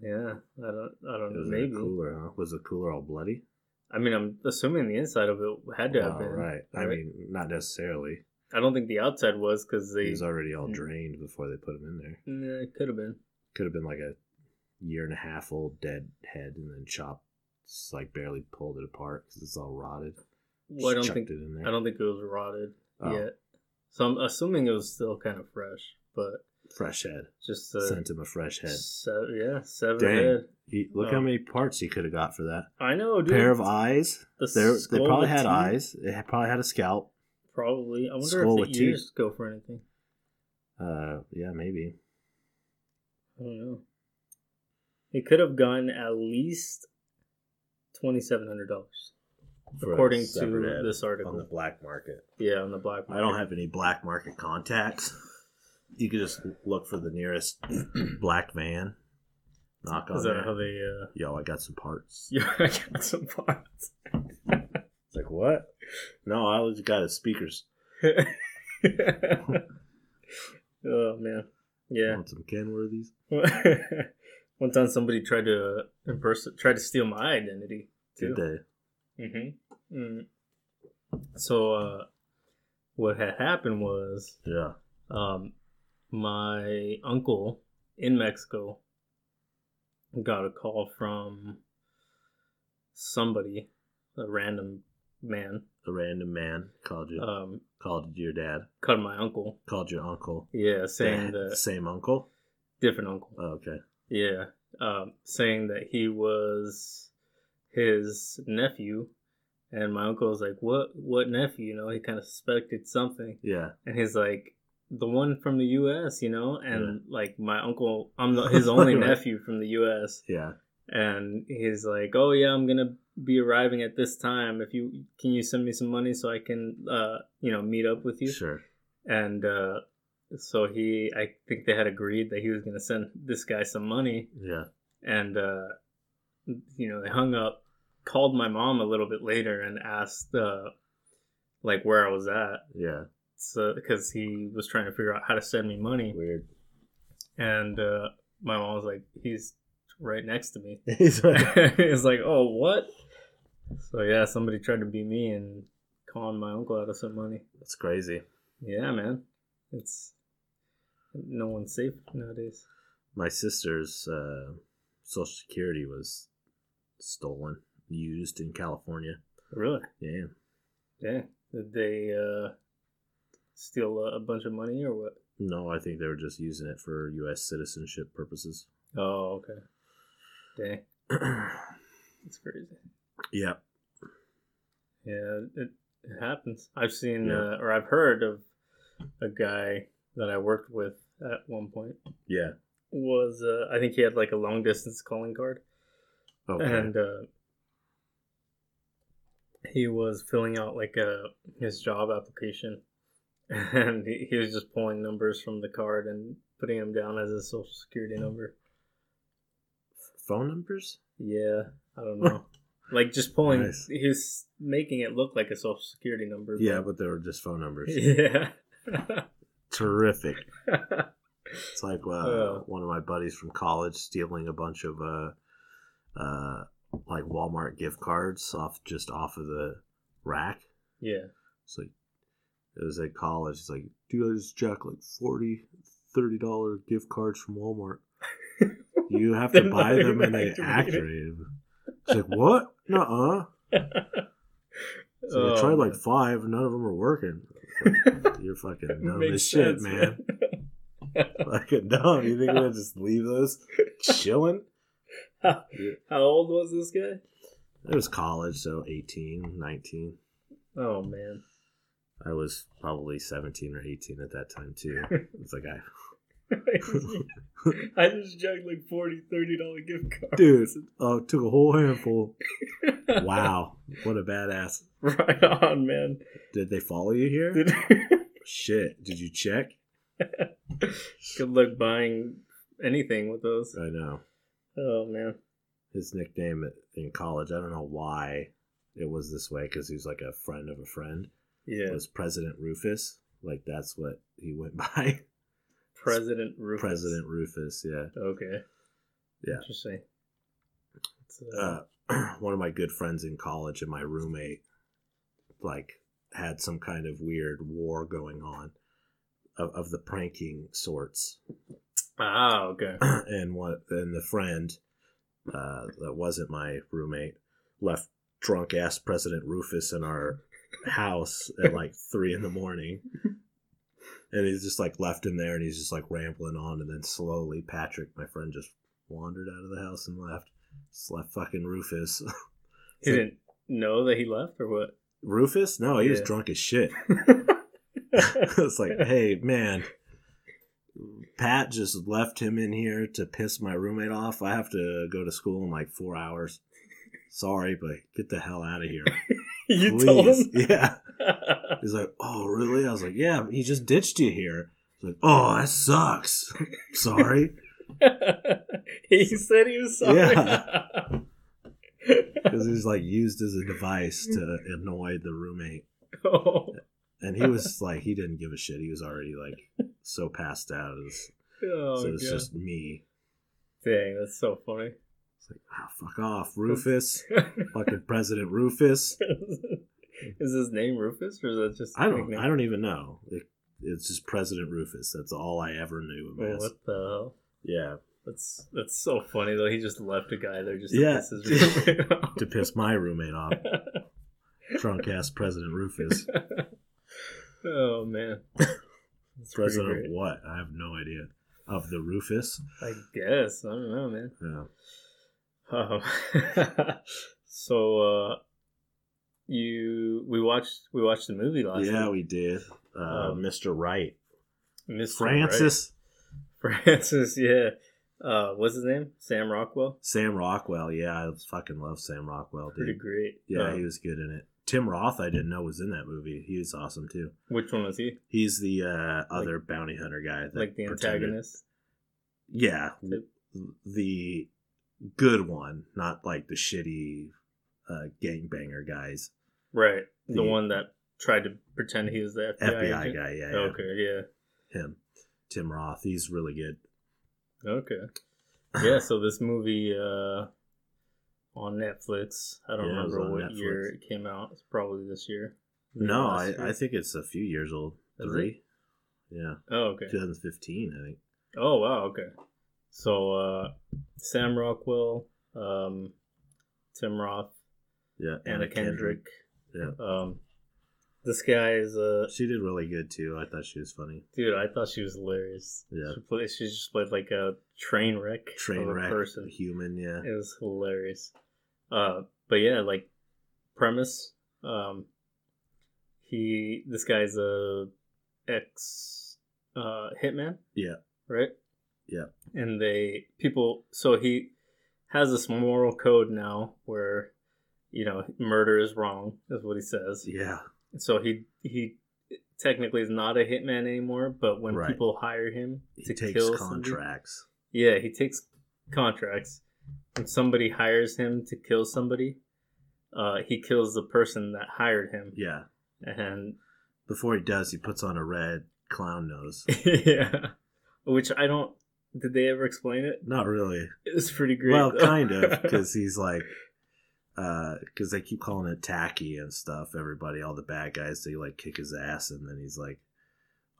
S1: yeah. I don't I
S2: It
S1: don't know.
S2: was in
S1: Maybe
S2: a cooler, huh? Was the cooler all bloody?
S1: I mean, I'm assuming the inside of it had to have
S2: Wow,
S1: been.
S2: Oh, right. I
S1: right?
S2: mean, not necessarily.
S1: I don't think the outside was because
S2: He
S1: they
S2: was already all drained before they put him in there.
S1: Nah, it could have been.
S2: Could have been like a year and a half old dead head, and then chopped, just like barely pulled it apart because it's all rotted.
S1: Well, I
S2: Just
S1: don't
S2: chucked
S1: think
S2: it in there.
S1: I don't think it was rotted
S2: Oh,
S1: yet. So I'm assuming it was still kind of fresh, but
S2: Fresh head.
S1: just uh,
S2: Sent him a fresh head.
S1: se- yeah, severed
S2: Dang.
S1: head.
S2: He, look
S1: Oh.
S2: how many parts he could have got for that.
S1: I know, dude.
S2: Pair of eyes.
S1: The
S2: They're, they
S1: skull
S2: probably
S1: with
S2: had
S1: teeth?
S2: eyes. They had- probably had a scalp.
S1: Probably. I wonder
S2: Skull
S1: if
S2: with
S1: the
S2: teeth.
S1: ears go for anything.
S2: Uh, yeah, maybe.
S1: I don't know. It could have gotten at least twenty seven hundred dollars,
S2: For a
S1: according
S2: severed
S1: to
S2: head
S1: this article.
S2: on the black market.
S1: yeah, on the black.
S2: I don't have any black market contacts. You could just look for the nearest black van. Knock on
S1: Is that
S2: there.
S1: how they? Uh,
S2: Yo, I got some parts.
S1: Yeah, I got some parts.
S2: It's like what? No, I was got his speakers.
S1: oh man,
S2: Yeah.
S1: yeah.
S2: Want some Kenworthies?
S1: One time, somebody tried to uh, imperson, tried to steal my identity
S2: Did
S1: too.
S2: they?
S1: Mm-hmm. Mm. So, uh, what had happened was,
S2: Yeah.
S1: um, my uncle in Mexico got a call from somebody, a random man,
S2: A random man called you.
S1: um,
S2: called your dad.
S1: called my uncle
S2: Called your uncle.
S1: Yeah, saying
S2: Dad,
S1: that
S2: same uncle.
S1: different uncle.
S2: Oh, okay.
S1: Yeah, um, saying that he was his nephew, and my uncle was like, "What? What nephew?" You know, he kind of suspected something,
S2: Yeah.
S1: and he's like, "The one from the U.S." You know, and like my uncle, I'm the, his only
S2: Right.
S1: nephew from the U.S.,
S2: Yeah.
S1: and he's like, "Oh yeah, I'm gonna be arriving at this time. If you can, you send me some money so I can, uh, you know, meet up with you."
S2: Sure.
S1: and uh, so he i think they had agreed that he was going to send this guy some money
S2: Yeah.
S1: and uh, you know they hung up called my mom a little bit later and asked uh, like where i was at
S2: Yeah.
S1: so because he was trying to figure out how to send me money
S2: Weird.
S1: and uh, my mom was like he's right next to me.
S2: He's like,
S1: it's like, oh, what? So yeah, somebody tried to be me and con my uncle out of some money.
S2: that's crazy.
S1: Yeah, man, it's no one's safe nowadays.
S2: My sister's uh, social security was stolen, used in California.
S1: Really?
S2: Yeah.
S1: Yeah. Did they uh, steal a, a bunch of money or what?
S2: No, I think they were just using it for U.S. citizenship purposes.
S1: Oh, okay. Dang, that's crazy.
S2: yeah.
S1: Yeah, it, it happens. I've seen
S2: Yeah.
S1: uh, or I've heard of a guy that I worked with at one point
S2: Yeah.
S1: was uh, I think he had like a long distance calling card
S2: Okay.
S1: and uh, he was filling out like a his job application and he, he was just pulling numbers from the card and putting them down as his social security number.
S2: Phone numbers?
S1: Yeah, I don't know. like just pulling
S2: Nice.
S1: he was making it look like a social security number.
S2: Yeah, but they were just phone numbers.
S1: Yeah.
S2: Terrific. It's like uh,
S1: Oh.
S2: one of my buddies from college stealing a bunch of uh, uh, like Walmart gift cards off just off of the rack.
S1: yeah.
S2: It's like it was at college. It's like, dude, I just jacked like 40 30 dollar gift cards from Walmart. You have to
S1: They're
S2: buy
S1: not
S2: them and they
S1: even
S2: activate them. It's like what? Nuh uh. So I
S1: Oh,
S2: tried like
S1: man.
S2: five, none of them are working. You're fucking
S1: It
S2: dumb
S1: makes
S2: as shit,
S1: sense,
S2: man. fucking dumb. You think I'm gonna just leave those chilling?
S1: How old was this guy?
S2: It was college, so 18, 19.
S1: Oh man.
S2: I was probably 17 or 18 at that time, too. It's like, I,
S1: I just jugged like 40 30 dollar gift cards.
S2: dude, uh, took a whole handful. Wow. What a badass.
S1: right on, man.
S2: Did they follow you here?
S1: Dude,
S2: Shit. Did you check?
S1: Good luck buying anything with those.
S2: I know.
S1: Oh man.
S2: His nickname in college, I don't know why it was this way because he was like a friend of a friend.
S1: Yeah.
S2: was President Rufus. Like that's what he went by.
S1: President Rufus.
S2: President Rufus, yeah.
S1: Okay.
S2: Yeah.
S1: Interesting. It's,
S2: Uh, one of my good friends in college and my roommate, like, had some kind of weird war going on of, of the pranking sorts.
S1: ah, okay.
S2: and what and the friend uh, that wasn't my roommate left drunk ass President Rufus in our house at like three in the morning. And he's just like left him there and he's just like rambling on and then slowly Patrick, my friend, just wandered out of the house and left. Just left fucking Rufus.
S1: He didn't know that he left or what?
S2: Rufus? No, he was
S1: Yeah.
S2: drunk as shit. it's like, hey man, Pat just left him in here to piss my roommate off. I have to go to school in like four hours. Sorry, but get the hell out of here.
S1: you
S2: please."
S1: told him?
S2: Yeah. He's like, oh really? I was like, yeah. He just ditched you here. He's like, oh, that sucks. Sorry.
S1: he said he was sorry.
S2: Yeah. Because he's like used as a device to annoy the roommate.
S1: oh,
S2: And he was like, he didn't give a shit. He was already like so passed out. It was-
S1: oh
S2: so it's
S1: God.
S2: just me
S1: Dang, that's so funny.
S2: It's like, ah, fuck off, Rufus. Fucking President Rufus.
S1: is his name Rufus or is that just a
S2: I don't.
S1: nickname?
S2: I don't even know. It, it's just President Rufus. That's all I ever knew
S1: Oh,
S2: him as.
S1: what the hell?
S2: Yeah,
S1: That's that's so funny though. He just left a guy there just
S2: Yeah.
S1: to piss his roommate off.
S2: to piss my roommate off. Drunk ass President Rufus.
S1: Oh man. That's pretty
S2: President of what? I have no idea. Of the Rufus.
S1: great. I guess. I don't know, man.
S2: Yeah.
S1: Oh. so uh you we watched we watched the movie last
S2: yeah,
S1: week.
S2: we did. Uh,
S1: Um,
S2: Mr. Wright,
S1: Mr. Wright.
S2: Francis
S1: Francis, yeah. Uh what's his name? Sam Rockwell?
S2: Sam Rockwell. Yeah, I fucking love Sam Rockwell,
S1: Pretty
S2: dude.
S1: great.
S2: Yeah,
S1: Uh,
S2: he was good in it. Tim Roth, I didn't know was in that movie. He was awesome too.
S1: which one was he?
S2: He's the uh, other bounty hunter guy, that
S1: Like the
S2: pretended-
S1: antagonist?
S2: Yeah,
S1: Yep.
S2: the good one, not like the shitty uh, gangbanger guys.
S1: Right. The,
S2: The-
S1: one that tried to pretend he was the FBI,
S2: FBI
S1: agent?
S2: guy, yeah, yeah,
S1: Okay, yeah.
S2: him, Tim Roth. He's really good.
S1: Okay. yeah, so this movie uh, on Netflix. I don't
S2: Yeah, it was
S1: remember
S2: on
S1: what
S2: Netflix.
S1: year it came out. It's probably this year. Maybe
S2: No,
S1: last
S2: I,
S1: year.
S2: I think it's a few years old.
S1: Is it?
S2: Three? Yeah.
S1: Oh, okay.
S2: 2015, I think.
S1: Oh, wow. Okay. So uh, Sam Rockwell, um, Tim Roth,
S2: Yeah.
S1: Anna, Kendrick.
S2: Kendrick.
S1: Um, this guy is a
S2: She did really good too. I thought she was funny.
S1: dude. I thought she was hilarious.
S2: Yeah.
S1: She played. She just played like a train wreck.
S2: Train
S1: of a
S2: wreck.
S1: person.
S2: Human, yeah.
S1: It was hilarious. Uh, but yeah, like premise. Um, he this guy's a ex uh, hitman.
S2: Yeah.
S1: Right.
S2: Yeah.
S1: And they people so he has this moral code now where you know murder is wrong is what he says.
S2: Yeah.
S1: So he he technically is not a hitman anymore, but when
S2: Right.
S1: people hire him
S2: He
S1: to
S2: takes
S1: kill somebody,
S2: contracts.
S1: yeah, he takes contracts. When somebody hires him to kill somebody, uh, he kills the person that hired him.
S2: Yeah.
S1: And
S2: Before he does, he puts on a red clown nose.
S1: yeah, which I don't. Did they ever explain it?
S2: Not really.
S1: It was pretty great.
S2: well,
S1: though.
S2: kind of, because he's like, because they keep calling it tacky and stuff. Everybody, all the bad guys, they like kick his ass, and then he's like,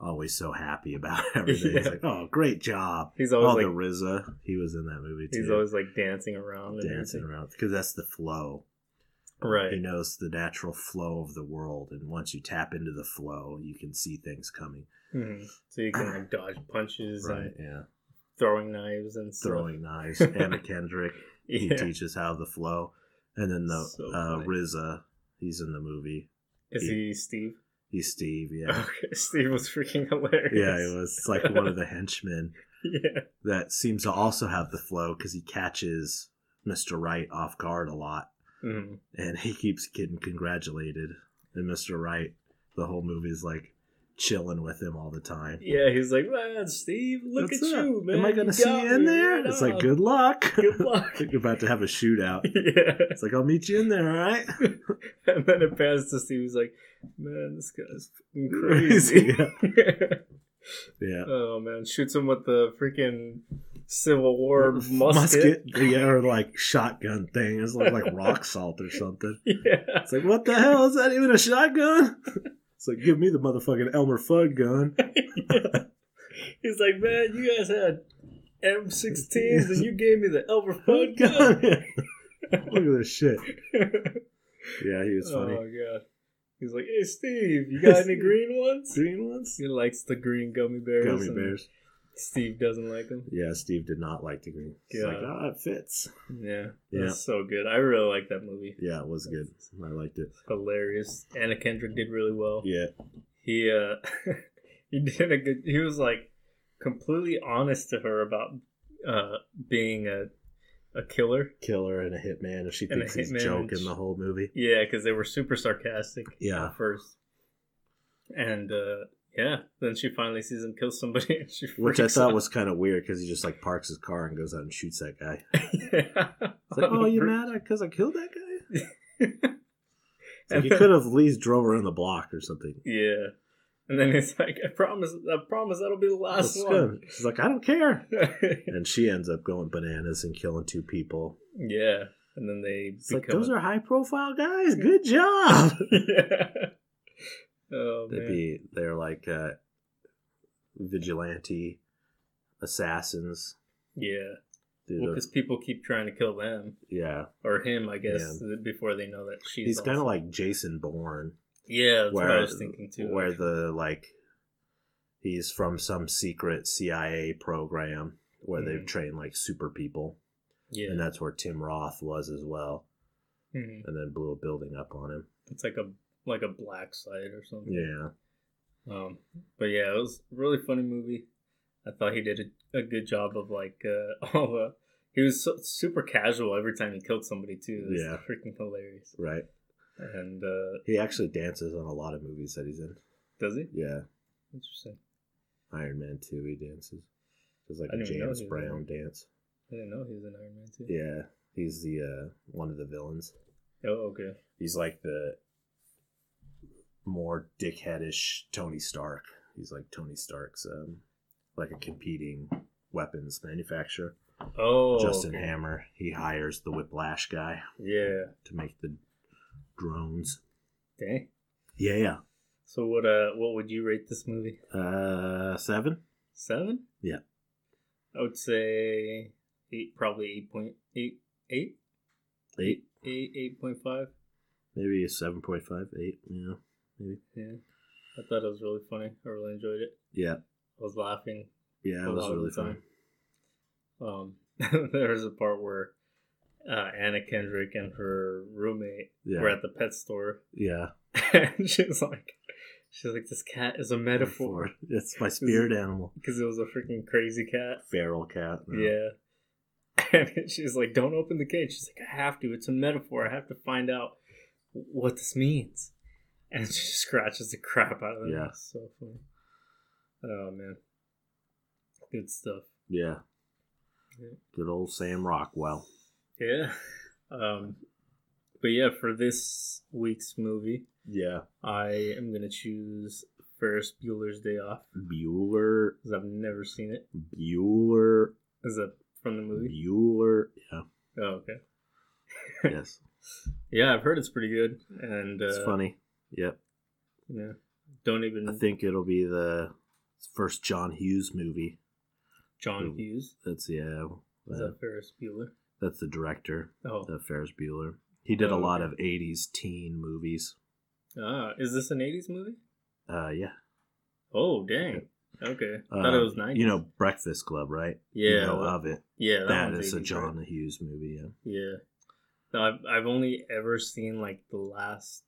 S2: always so happy about everything. He's
S1: Yeah.
S2: like, oh, great job.
S1: he's
S2: Oh,
S1: always
S2: the
S1: like
S2: RZA, he was in that movie too.
S1: he's always like dancing around and
S2: dancing
S1: everything.
S2: around because that's the flow.
S1: Right.
S2: He knows the natural flow of the world, and once you tap into the flow, you can see things coming.
S1: Mhm. So you can like dodge punches
S2: Right?
S1: and
S2: Yeah.
S1: throwing knives and stuff.
S2: Throwing E knives. Anna Kendrick. He
S1: Yeah.
S2: teaches how the flow, and then the
S1: So
S2: uh,
S1: funny.
S2: RZA. He's in the movie.
S1: Is he Steve?
S2: He's Steve, yeah.
S1: Okay, Steve was freaking hilarious.
S2: yeah, he was like one of the henchmen
S1: yeah.
S2: that seems to also have the flow because he catches Mr. Wright off guard a lot
S1: Mhm.
S2: and he keeps getting congratulated. And Mr. Wright, the whole movie is like chilling with him all the time.
S1: Yeah, he's like, man, Steve, look
S2: What's
S1: at
S2: up?
S1: you, man.
S2: Am I going
S1: You
S2: to see
S1: got
S2: you in
S1: me
S2: there?
S1: right
S2: it's
S1: on.
S2: like, good luck.
S1: Good luck.
S2: Like, You're about to have a shootout.
S1: yeah.
S2: It's like, I'll meet you in there, all right?
S1: And then it passed to Steve. He's like, man, this guy's fucking crazy.
S2: Yeah. Yeah.
S1: oh, man. Shoots him with the freaking Civil War musket.
S2: Yeah, or like shotgun thing. It's like, like rock salt or something.
S1: Yeah.
S2: It's like, what the hell? Is that even a shotgun? It's like, give me the motherfucking Elmer Fudd gun.
S1: He's like, man, you guys had M16s and you gave me the Elmer
S2: Oh,
S1: Fudd gun.
S2: Look at this shit. Yeah, he was funny.
S1: Oh, God. He's like, hey, Steve, you got any green ones?
S2: Green ones?
S1: He likes the green gummy bears.
S2: Gummy
S1: and
S2: bears.
S1: Steve doesn't like them.
S2: Yeah, Steve did not like the green. He's like,
S1: God.
S2: ah, it fits.
S1: Yeah,
S2: Yeah.
S1: that's so good. I really like that movie.
S2: Yeah, it was good. I liked it.
S1: Hilarious. Anna Kendrick did really well.
S2: Yeah.
S1: He uh, he did a good. He was like completely honest to her about uh being a a killer.
S2: Killer and a hitman, and she
S1: And a
S2: thinks he's
S1: hitman and
S2: joking
S1: sh-
S2: the whole movie.
S1: Yeah, because they were super sarcastic
S2: Yeah.
S1: at first, and uh yeah, then she finally sees him kill somebody. And she
S2: Which I
S1: freaks
S2: thought
S1: out.
S2: was kind of weird because he just like parks his car and goes out and shoots that guy.
S1: yeah.
S2: It's like, oh, you mad because I killed that guy? It's like,
S1: And
S2: you
S1: then-
S2: could have at least drove around the block or something.
S1: Yeah, and then he's like, "I promise, I promise, that'll be the last
S2: That's
S1: one."
S2: good. She's like, I don't care.
S1: yeah,
S2: And she ends up going bananas and killing two people.
S1: and then they
S2: It's like, those are high profile guys. Good job.
S1: yeah. Oh
S2: They'd
S1: man.
S2: be, they're like uh, vigilante assassins.
S1: Yeah.
S2: Dude,
S1: Well, because people keep trying to kill them
S2: yeah.
S1: or him, I guess, before they know that she's.
S2: He's kind
S1: also-
S2: of like Jason Bourne,
S1: Yeah, that's what I
S2: where-
S1: was thinking too.
S2: where the, like, he's from some secret CIA program where they've
S1: Mhm.
S2: trained, like, super people.
S1: yeah.
S2: And that's where Tim Roth was as well.
S1: Mhm.
S2: And then blew a building up on him.
S1: It's like a like a black site or something.
S2: Yeah.
S1: Um, but yeah, it was a really funny movie. I thought he did a, a good job of like uh, all the. He was so, super casual every time he killed somebody too. It was
S2: Yeah.
S1: freaking hilarious.
S2: Right.
S1: And uh,
S2: He actually dances on a lot of movies that he's in.
S1: does he?
S2: Yeah.
S1: Interesting.
S2: Iron Man 2, he dances. It's like
S1: I
S2: a
S1: didn't even know
S2: James
S1: he was in
S2: Brown dance.
S1: I didn't know he was in Iron Man too.
S2: Yeah. He's the uh one of the villains.
S1: Oh, okay.
S2: He's like the more dickheadish Tony Stark. He's like Tony Stark's um like a competing weapons manufacturer.
S1: Oh,
S2: Justin
S1: okay.
S2: Hammer. He hires the Whiplash guy
S1: Yeah.
S2: to make the drones.
S1: Dang.
S2: Yeah, yeah.
S1: So what? Uh, what would you rate this movie?
S2: Uh, seven.
S1: Seven?
S2: Yeah.
S1: I would say eight, probably eight point eight, eight,
S2: Eight.
S1: eight, eight point five.
S2: Maybe a seven point five. Eight. Yeah.
S1: Yeah, I thought it was really funny. I really enjoyed it.
S2: Yeah.
S1: I was laughing
S2: Yeah.
S1: a
S2: It was
S1: lot of
S2: really
S1: the
S2: fun.
S1: Um, there was a part where uh, Anna Kendrick and her roommate
S2: Yeah.
S1: were at the pet store,
S2: Yeah.
S1: and she's like, she's like, this cat is a metaphor
S2: It's my spirit animal.
S1: because it was a freaking crazy cat.
S2: Feral cat. no.
S1: Yeah. And she's like, don't open the cage. She's like, I have to. It's a metaphor. I have to find out what this means. And she scratches the crap out of it.
S2: Yeah.
S1: It's So funny. Oh, man. Good stuff.
S2: Yeah.
S1: Yeah.
S2: Good old Sam Rockwell.
S1: Yeah. Um, but yeah, for this week's movie,
S2: Yeah.
S1: I am going to choose Ferris Bueller's Day Off
S2: Bueller.
S1: because I've never seen it.
S2: Bueller.
S1: Is that from the movie?
S2: Bueller. Yeah.
S1: Oh, okay.
S2: Yes.
S1: Yeah, I've heard it's pretty good. And, uh, mm-hmm.
S2: It's funny. Yep.
S1: Yeah. Don't
S2: I
S1: even
S2: think it'll be the first John Hughes movie.
S1: John
S2: Mm.
S1: Hughes.
S2: That's, yeah.
S1: Is
S2: uh,
S1: that Ferris Bueller?
S2: that's the director,
S1: Oh,
S2: uh, Ferris Bueller. He did a
S1: Oh,
S2: lot
S1: okay.
S2: of 80s teen movies.
S1: ah, is this an '80s movie?
S2: Uh, yeah.
S1: Oh, dang. Okay, thought it
S2: Um,
S1: was '90s.
S2: You know, Breakfast Club, right?
S1: yeah,
S2: You know
S1: well,
S2: of it.
S1: yeah,
S2: That
S1: one's
S2: is a
S1: 80s,
S2: John
S1: right?
S2: Hughes movie. Yeah.
S1: Yeah, no, I've I've only ever seen like the last,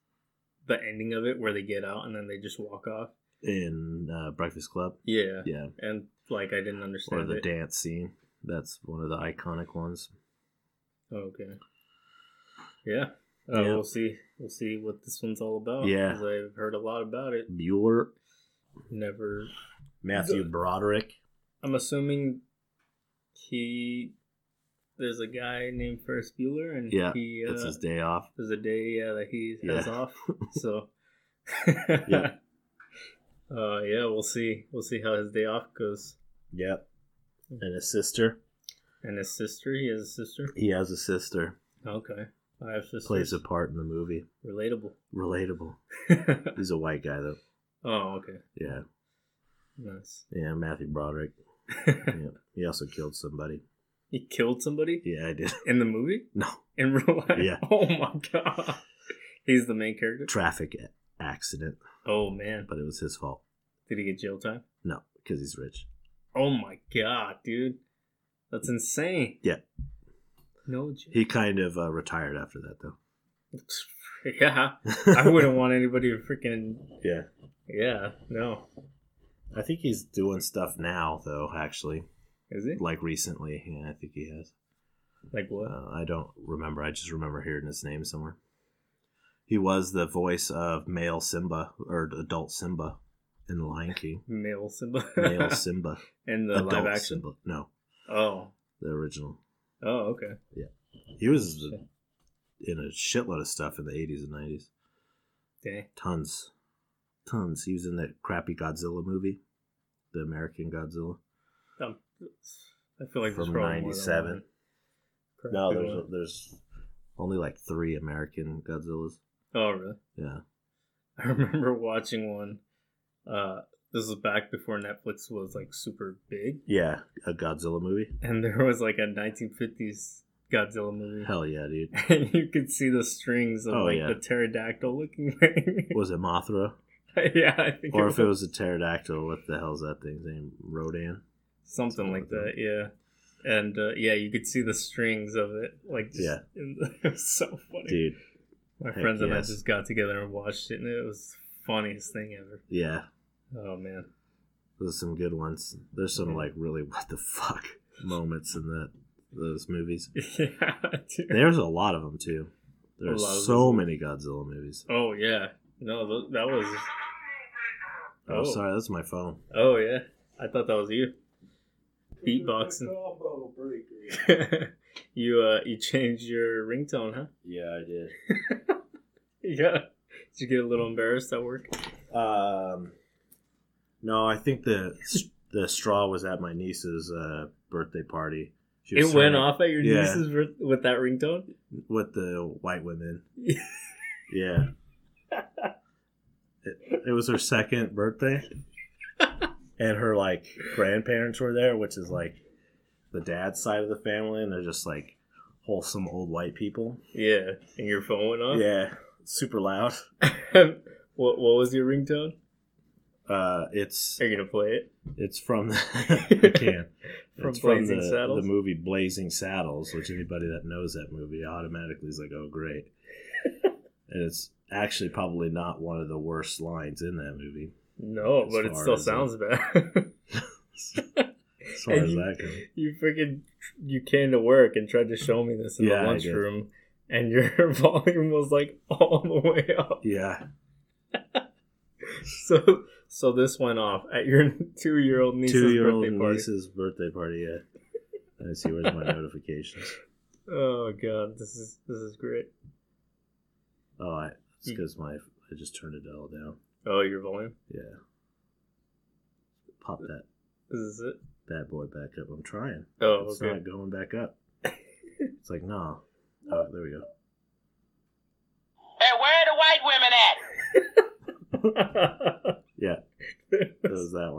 S1: the ending of it where they get out and then they just walk off.
S2: in uh, Breakfast Club.
S1: Yeah,
S2: Yeah,
S1: and like I didn't
S2: or
S1: understand
S2: the
S1: it.
S2: dance scene. That's one of the iconic ones.
S1: Oh, okay. Yeah. Uh,
S2: Yeah.
S1: We'll see. We'll see what this one's all about.
S2: Yeah.
S1: 'cause I've heard a lot about it.
S2: Bueller,
S1: Never
S2: Matthew Broderick.
S1: I'm assuming he there's a guy named Ferris Bueller, and
S2: Yeah,
S1: he uh,
S2: That's his day off.
S1: there's a day yeah that he has
S2: Yeah.
S1: off. So
S2: Yeah.
S1: uh, yeah, we'll see. We'll see how his day off goes.
S2: Yep. And his sister.
S1: And his sister, he has a sister.
S2: He has a sister.
S1: Okay, I have sisters.
S2: Plays a part in the movie.
S1: relatable.
S2: Relatable. He's a white guy though.
S1: oh, okay,
S2: Yeah.
S1: nice.
S2: Yeah. Matthew Broderick. yeah. He also killed somebody.
S1: he killed somebody
S2: Yeah, I did.
S1: in the movie
S2: No
S1: in real life.
S2: Yeah.
S1: Oh my god, he's the main character.
S2: traffic a- accident,
S1: Oh man,
S2: but it was his fault.
S1: did he get jail time?
S2: No, because he's rich.
S1: Oh my god, dude. That's insane.
S2: Yeah.
S1: No joke.
S2: He kind of uh, retired after that though.
S1: Yeah. I wouldn't want anybody to freaking
S2: yeah.
S1: Yeah, no.
S2: I think he's doing stuff now, though. Actually,
S1: Is it?
S2: like recently, yeah, I think he has.
S1: Like what?
S2: Uh, I don't remember. I just remember hearing his name somewhere. He was the voice of male Simba or adult Simba in The Lion King.
S1: Male Simba.
S2: Male Simba,
S1: and the
S2: adult
S1: live action.
S2: Simba. No,
S1: Oh.
S2: the original.
S1: Oh, okay.
S2: He was in a shitload of stuff in the eighties and nineties.
S1: Dang.
S2: Tons, tons. He was in that crappy Godzilla movie, the American Godzilla.
S1: Um, I feel like there's
S2: From
S1: probably more than
S2: 97.
S1: one. Correct.
S2: No, there's there's only like three American Godzillas.
S1: Oh really?
S2: Yeah.
S1: I remember watching one. Uh this was back before Netflix was like super big.
S2: Yeah, a Godzilla movie.
S1: And there was like a nineteen fifties Godzilla movie.
S2: Hell yeah, dude.
S1: and you could see the strings of
S2: Oh,
S1: like
S2: yeah.
S1: the pterodactyl looking thing.
S2: Was it Mothra?
S1: yeah, I think
S2: Or if it was a pterodactyl, what the hell's that thing's name? Rodan?
S1: something, like that. Yeah, and uh, yeah, you could see the strings of it. Like, just,
S2: Yeah.
S1: it was so funny.
S2: Dude,
S1: My
S2: heck
S1: friends and I
S2: yes.
S1: just got together and watched it, and it was the funniest thing ever.
S2: yeah.
S1: Oh man,
S2: There's some good ones. There's some
S1: Yeah.
S2: like really what the fuck moments in that those movies.
S1: yeah, dude.
S2: There's a lot of them too. There's
S1: lot of
S2: so
S1: those
S2: many Godzilla movies.
S1: Oh yeah, no, tho- that was.
S2: Oh,
S1: Oh.
S2: sorry, that's my phone.
S1: Oh yeah, I thought that was you. Beatboxing. you uh, you changed your ringtone, huh?
S2: Yeah, I did.
S1: Yeah. Did you get a little embarrassed at work?
S2: Um, no, I think the the straw was at my niece's uh, birthday party. She
S1: It
S2: was
S1: went
S2: throwing-
S1: off at your
S2: Yeah.
S1: nieces with, with that ringtone.
S2: with the white women. yeah. It, it was her second birthday. and her like grandparents were there, which is like the dad's side of the family, and they're just like wholesome old white people.
S1: Yeah, and your phone went off.
S2: Yeah. Super loud.
S1: Yeah. what What was your ringtone?
S2: Uh it's
S1: Are you gonna play it?
S2: it's from the can.
S1: From
S2: it's
S1: Blazing
S2: the,
S1: Saddles?
S2: the movie Blazing Saddles, which anybody that knows that movie automatically is like, oh great. and it's actually probably not one of the worst lines in that movie.
S1: No,
S2: As
S1: but it
S2: far
S1: still
S2: as a-
S1: sounds bad.
S2: as far
S1: And
S2: as
S1: you-
S2: that goes.
S1: you freaking you came to work and tried to show me this in
S2: Yeah, I
S1: the
S2: did.
S1: lunchroom, and your volume was like all the way up.
S2: Yeah.
S1: So so this went off at your two year old niece's
S2: Two year old
S1: birthday party.
S2: niece's birthday party. Yeah. I see. Where's my notifications?
S1: Oh god, this is this is great.
S2: Oh, I,
S1: Hmm.
S2: it's because my I just turned it all down.
S1: Oh, your volume.
S2: Yeah. Pop that
S1: This is it.
S2: bad boy back up. I'm trying.
S1: Oh,
S2: it's
S1: okay.
S2: not going back up. It's like no. Oh, there we go.
S3: Hey, where are the white women at?
S2: Yeah. That was that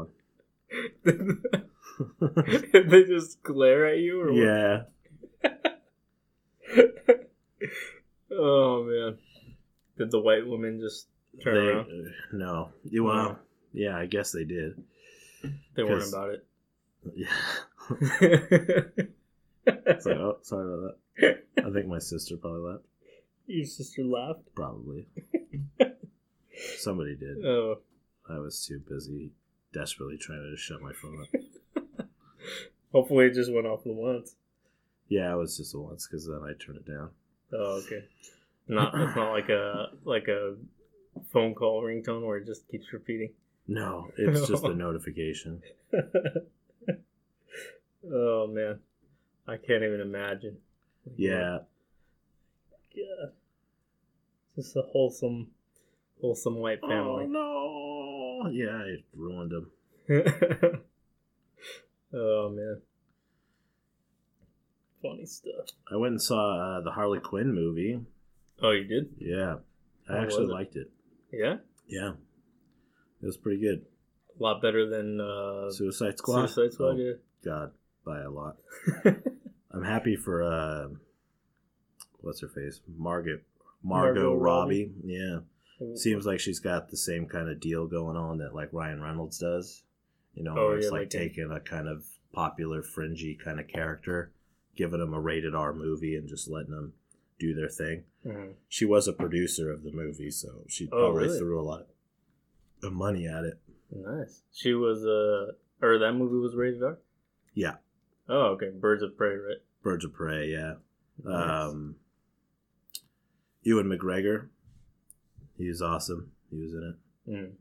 S2: one.
S1: they just glare at you, or what?
S2: yeah.
S1: Oh man, did the white woman just turn
S2: They- uh,
S1: around?
S2: no. Yeah, Well, yeah. I guess they did.
S1: They weren't
S2: 'cause-
S1: about it.
S2: Yeah. It's like,
S1: so,
S2: oh, sorry about that. I think my sister probably left.
S1: your sister laughed.
S2: Probably. Somebody did.
S1: Oh,
S2: I was too busy desperately trying to shut my phone up.
S1: hopefully it just went off the once.
S2: Yeah, I was just the once because then I turned it down.
S1: Oh, okay. Not it's not like a like a phone call ringtone where it just keeps repeating.
S2: No, it's just the notification.
S1: oh man, I can't even imagine.
S2: Yeah,
S1: yeah. Just a wholesome, wholesome white family.
S2: Oh no! Yeah, I ruined him.
S1: oh man, funny stuff.
S2: I went and saw uh, the Harley Quinn movie.
S1: Oh, you did?
S2: Yeah, I
S1: How
S2: actually
S1: was it?
S2: liked it.
S1: Yeah,
S2: Yeah, it was pretty good.
S1: a lot better than uh,
S2: Suicide Squad.
S1: Suicide Squad.
S2: Oh,
S1: yeah.
S2: God, by a lot. I'm happy for uh, what's her face, Margaret, Margot,
S1: Margot Robbie. Oh.
S2: Robbie. Yeah, seems like she's got the same kind of deal going on that like Ryan Reynolds does. You know,
S1: Oh,
S2: where it's
S1: yeah,
S2: like,
S1: like a-
S2: taking a kind of popular, fringy kind of character, giving him a rated R movie, and just letting them do their thing.
S1: Mhm.
S2: She was a producer of the movie, so she
S1: Oh,
S2: probably
S1: really?
S2: threw a lot of money at it.
S1: nice. She was uh, or that movie was rated R.
S2: Yeah.
S1: Oh, okay. Birds of Prey, right?
S2: Birds of Prey, yeah.
S1: Nice.
S2: Um, Ewan McGregor, he was awesome. He was in it.
S1: Mm.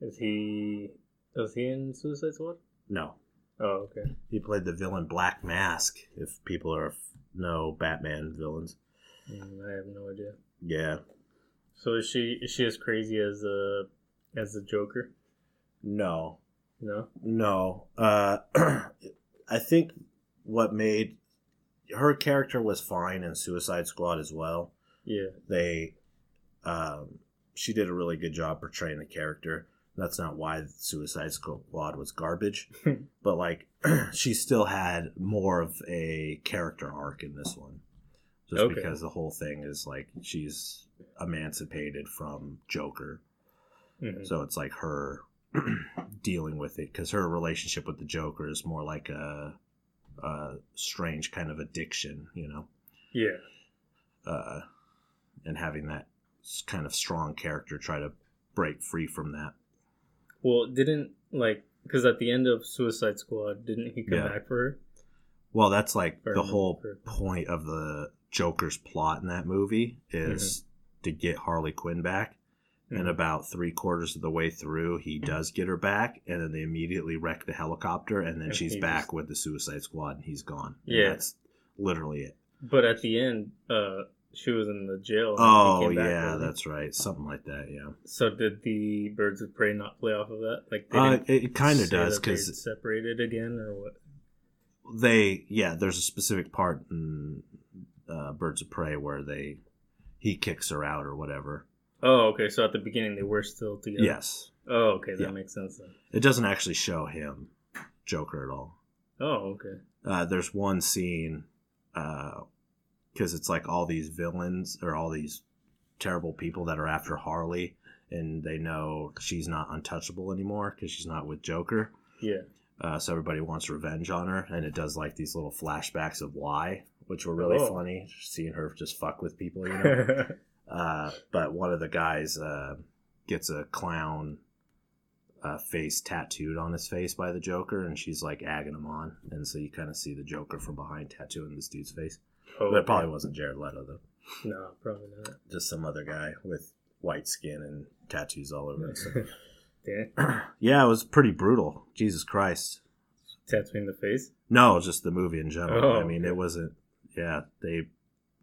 S1: Is he? Was he in Suicide Squad?
S2: No,
S1: Oh, okay.
S2: He played the villain Black Mask. If people are know Batman villains,
S1: Mm, I have no idea.
S2: yeah.
S1: So is she? Is she as crazy as uh, as the Joker?
S2: No,
S1: No.
S2: no. Uh, I think what made her character was fine in Suicide Squad as well.
S1: Yeah.
S2: They, um, she did a really good job portraying the character. That's not why Suicide Squad was garbage, but like she still had more of a character arc in this one, just
S1: Okay.
S2: because the whole thing is like she's emancipated from Joker,
S1: Mhm.
S2: so it's like her dealing with it because her relationship with the Joker is more like a, a strange kind of addiction, you know
S1: Yeah.
S2: uh, and having that s- kind of strong character try to break free from that.
S1: Well, didn't like because at the end of Suicide Squad, didn't he come
S2: Yeah.
S1: back for her?
S2: Well, that's like
S1: Fair
S2: the
S1: enough.
S2: whole
S1: Fair.
S2: point of the Joker's plot in that movie is
S1: Mm-hmm.
S2: to get Harley Quinn back. And
S1: Mhm.
S2: about three quarters of the way through, he
S1: Mm-hmm.
S2: does get her back, and then they immediately wreck the helicopter, and then
S1: And
S2: she's
S1: he
S2: back
S1: just-
S2: with the Suicide Squad, and he's gone. And
S1: Yeah.
S2: that's literally it.
S1: But at the end, uh, she was in the jail. and he
S2: Oh
S1: came back,
S2: yeah,
S1: wasn't he?
S2: that's right. Something like that. Yeah.
S1: So did the Birds of Prey not play off of that? Like they
S2: Uh,
S1: didn't
S2: it it kind of
S1: say
S2: does
S1: that they
S2: because
S1: separated again or what?
S2: they yeah there's a specific part in uh, birds of prey where they he kicks her out or whatever
S1: Oh, okay. So at the beginning they were still together.
S2: yes
S1: Oh, okay. That
S2: Yeah.
S1: makes sense then.
S2: it doesn't actually show him joker at all
S1: Oh, okay.
S2: uh, there's one scene because it's like all these villains or all these terrible people that are after harley and they know she's not untouchable anymore because she's not with joker
S1: Yeah.
S2: uh, so everybody wants revenge on her and it does like these little flashbacks of why which were really
S1: Oh.
S2: funny seeing her just fuck with people you know uh, but one of the guys uh, gets a clown uh, face tattooed on his face by the Joker, and she's like agging him on, and so you kind of see the Joker from behind tattooing this dude's face.
S1: oh,
S2: But it
S1: okay.
S2: probably wasn't Jared Leto though,
S1: no, probably not.
S2: just some other guy with white skin and tattoos all over. His.
S1: Damn.
S2: yeah, it was pretty brutal. Jesus Christ.
S1: Tattooing the face.
S2: No, just the movie in general.
S1: Oh,
S2: I mean,
S1: okay.
S2: it wasn't. Yeah, they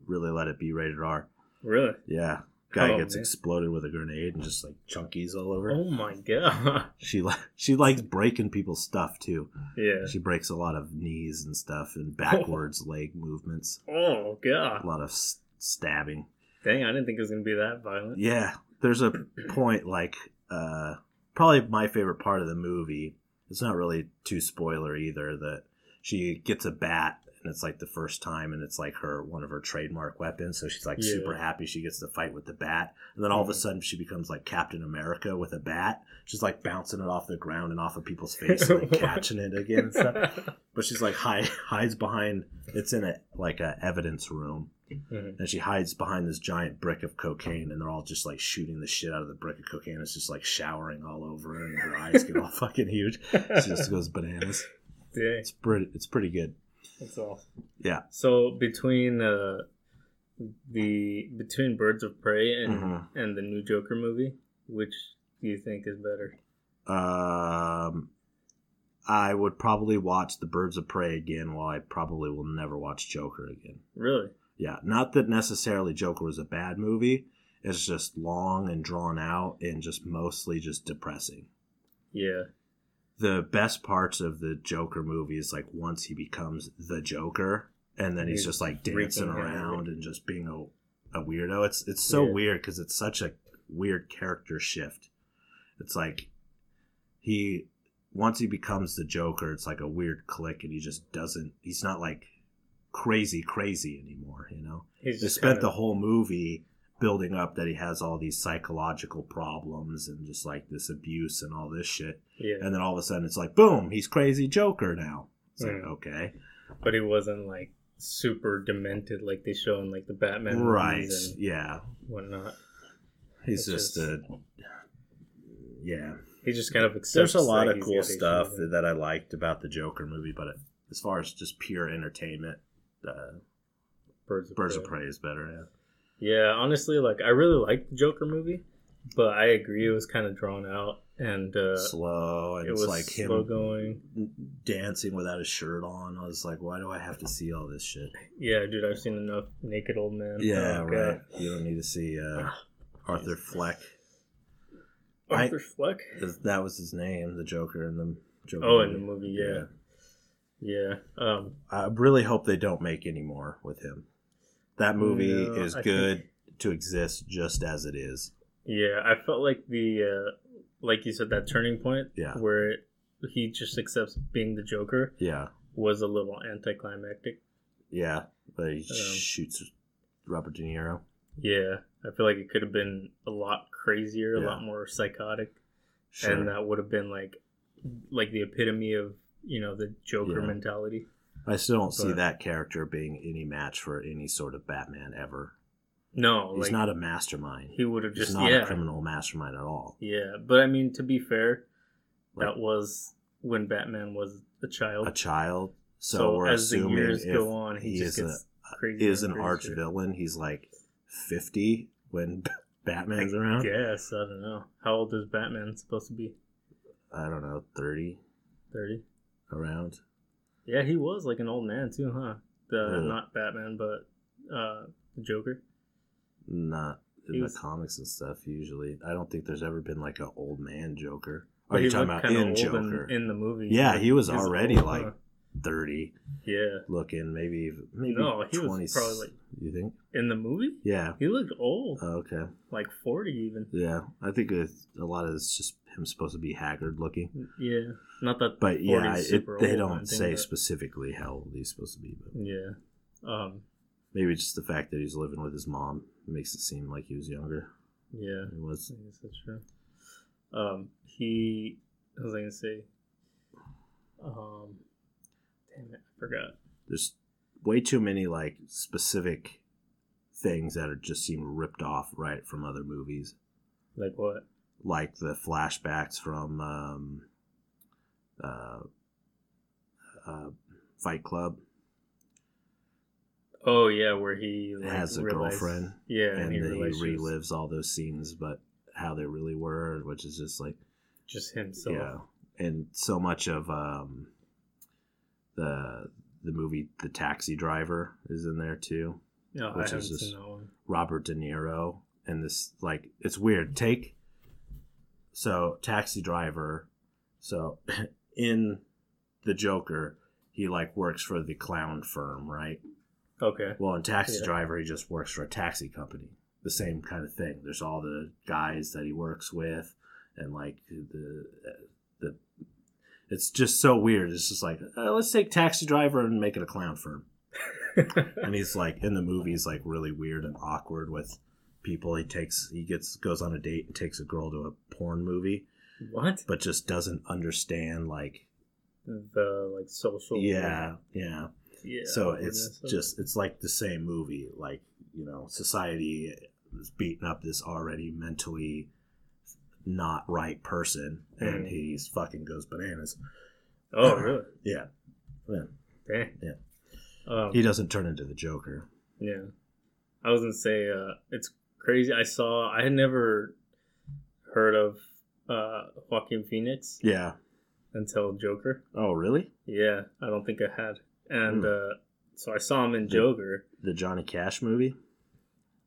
S2: really let it be rated R.
S1: Really?
S2: Yeah, guy
S1: Oh,
S2: gets
S1: man.
S2: exploded with a grenade and just like chunkies all over.
S1: Oh my god.
S2: She li- she likes breaking people's stuff too.
S1: yeah.
S2: She breaks a lot of knees and stuff and backwards leg movements.
S1: Oh god.
S2: A lot of s- stabbing.
S1: Dang, I didn't think it was gonna be that violent.
S2: Yeah, there's a point like uh, probably my favorite part of the movie. It's not really too spoiler either that she gets a bat and it's like the first time and it's like her one of her trademark weapons. So she's like
S1: Yeah.
S2: super happy she gets to fight with the bat and then all of a
S1: Mhm.
S2: sudden she becomes like Captain America with a bat. She's like bouncing it off the ground and off of people's face and like, catching it again and stuff. But she's like hide, hides behind. It's in a like a evidence room
S1: Mhm.
S2: and she hides behind this giant brick of cocaine, and they're all just like shooting the shit out of the brick of cocaine. It's just like showering all over her, and her eyes get all fucking huge. She just goes bananas.
S1: Dang,
S2: It's pretty. It's pretty good.
S1: that's awesome.
S2: Yeah.
S1: So between uh, the between Birds of Prey and
S2: Mhm.
S1: and the new Joker movie, which do you think is better?
S2: Um, I would probably watch The Birds of Prey again, while I probably will never watch Joker again.
S1: Really?
S2: Yeah, not that necessarily Joker was a bad movie. It's just long and drawn out, and just mostly just depressing.
S1: Yeah.
S2: the best parts of the Joker movie is like once he becomes the Joker, and then he's,
S1: He's
S2: just like dancing
S1: freaking out.
S2: around and just being a, a weirdo. It's it's so
S1: Yeah.
S2: weird because it's such a weird character shift. It's like he once he becomes the Joker, it's like a weird click, and he just doesn't. He's not like crazy crazy anymore. You know,
S1: He's
S2: they
S1: just
S2: spent the
S1: kinda-
S2: whole movie building up that he has all these psychological problems and just like this abuse and all this shit
S1: yeah,
S2: and then all of a sudden it's like boom he's crazy joker now it's like
S1: Mm.
S2: okay
S1: but he wasn't like super demented like they show in like the Batman movies
S2: right
S1: and
S2: yeah
S1: whatnot.
S2: he's
S1: It's
S2: just,
S1: just-
S2: a yeah
S1: He just kind of accepts.
S2: there's a lot
S1: that
S2: of
S1: he's
S2: cool
S1: got issues
S2: stuff
S1: and-
S2: that i liked about the joker movie but as far as just pure entertainment uh,
S1: Birds of
S2: birds of
S1: Prey.
S2: prey is better
S1: Yeah, honestly, like I really liked the Joker movie, but I agree it was kind of drawn out and
S2: yeah.
S1: uh,
S2: slow and
S1: it
S2: it's
S1: was
S2: like
S1: slow
S2: him
S1: going.
S2: dancing without a shirt on i was like why do i have to see all this shit
S1: Yeah, dude, I've seen enough naked old man.
S2: yeah
S1: Oh, God. Ah.
S2: right you don't need to see uh, arthur fleck I-
S1: Arthur Fleck.
S2: that was his name the joker in the joker
S1: Oh, in the
S2: movie.
S1: movie, yeah, yeah. Um,
S2: I really hope they don't make any more with him. That movie
S1: No,
S2: is
S1: I
S2: good to exist just as it is.
S1: yeah, I felt like the uh, like you said that turning point
S2: Yeah.
S1: where it, he just accepts being the Joker
S2: Yeah.
S1: was a little anticlimactic.
S2: Yeah. But he
S1: Um,
S2: shoots Robert De Niro.
S1: Yeah, I feel like it could have been a lot crazier, a
S2: Yeah.
S1: lot more psychotic.
S2: Sure.
S1: and uh, that would have been like like the epitome of you know the joker
S2: Yeah.
S1: mentality
S2: I still don't see
S1: but-
S2: that character being any match for any sort of Batman ever.
S1: no
S2: He's
S1: like
S2: not a mastermind.
S1: he would have
S2: He's
S1: just
S2: not
S1: yeah
S2: a criminal mastermind at all.
S1: yeah but i mean to be fair
S2: Like,
S1: that was when batman was a child
S2: a child. So,
S1: so
S2: we're
S1: as the
S2: assuming
S1: years
S2: if
S1: go on he,
S2: he
S1: just
S2: is
S1: gets
S2: a,
S1: crazy
S2: is an arch villain, he's like 50 when Batman's around.
S1: yes i don't know how old is batman supposed to be
S2: I don't know, 30
S1: 30
S2: around.
S1: yeah he was like an old man too huh the
S2: Yeah.
S1: not batman but uh the joker
S2: Not in
S1: He
S2: the
S1: was-
S2: comics and stuff. Usually, I don't think there's ever been like an old man Joker.
S1: But
S2: Are
S1: he
S2: you talking
S1: looked
S2: about
S1: kinda
S2: in
S1: old
S2: Joker?
S1: in, in the movie? uh,
S2: yeah, he was
S1: He's
S2: already
S1: old,
S2: like
S1: huh?
S2: thirty
S1: yeah.
S2: looking, maybe even- maybe
S1: No, he was
S2: 20,
S1: probably, like-
S2: you think?
S1: In the movie,
S2: Yeah.
S1: he looked old,
S2: Oh, okay.
S1: like forty even.
S2: Yeah, I think it's, a lot of it's just him supposed to be haggard looking.
S1: Yeah, not that.
S2: But
S1: 40
S2: yeah,
S1: is
S2: it,
S1: super
S2: they
S1: old, I
S2: don't
S1: think,
S2: say
S1: but-
S2: specifically how old he's supposed to be, but
S1: Yeah. Um.
S2: maybe just the fact that he's living with his mom makes it seem like he was younger.
S1: Yeah.
S2: He was.
S1: I guess that's true. Um, he, what was I gonna say? Um, damn it, I forgot.
S2: There's way too many like specific things that are just seem ripped off right from other movies,
S1: Like what?
S2: like the flashbacks from um, uh, uh, Fight Club.
S1: Oh yeah, where he like,
S2: Has a
S1: realized-
S2: girlfriend,
S1: Yeah, and,
S2: and
S1: he,
S2: then he
S1: realized she was
S2: relives all those scenes, but how they really were, which is just like
S1: just himself.
S2: yeah, and so much of um, the the movie The Taxi Driver is in there too.
S1: No, I
S2: Which is
S1: haven't
S2: just-
S1: seen that one.
S2: Robert De Niro and this like it's weird take. So Taxi Driver, so in the Joker, he like works for the clown firm, right?
S1: Okay.
S2: Well, in Taxi
S1: Yeah.
S2: Driver, he just works for a taxi company. The same kind of thing. There's all the guys that he works with, and like the the. It's just so weird. It's just like uh, let's take Taxi Driver and make it a clown firm. And he's like in the movie, he's like really weird and awkward with people. He takes he gets goes on a date and takes a girl to a porn movie,
S1: what?
S2: but just doesn't understand like
S1: The like social.
S2: yeah yeah
S1: Yeah.
S2: so
S1: I
S2: it's
S1: guess so.
S2: just it's like the same movie like you know society is beating up this already mentally not right person and
S1: Mm.
S2: he's fucking goes bananas
S1: Oh
S2: uh,
S1: really?
S2: yeah
S1: Dang.
S2: Yeah.
S1: Um,
S2: he doesn't turn into the joker
S1: Yeah. I was gonna say, uh, it's crazy. I saw I had never heard of uh Joaquin Phoenix
S2: yeah
S1: until Joker.
S2: oh really
S1: Yeah, I don't think I had. And
S2: Hmm.
S1: uh so I saw him in
S2: Did-
S1: Joker.
S2: the johnny cash movie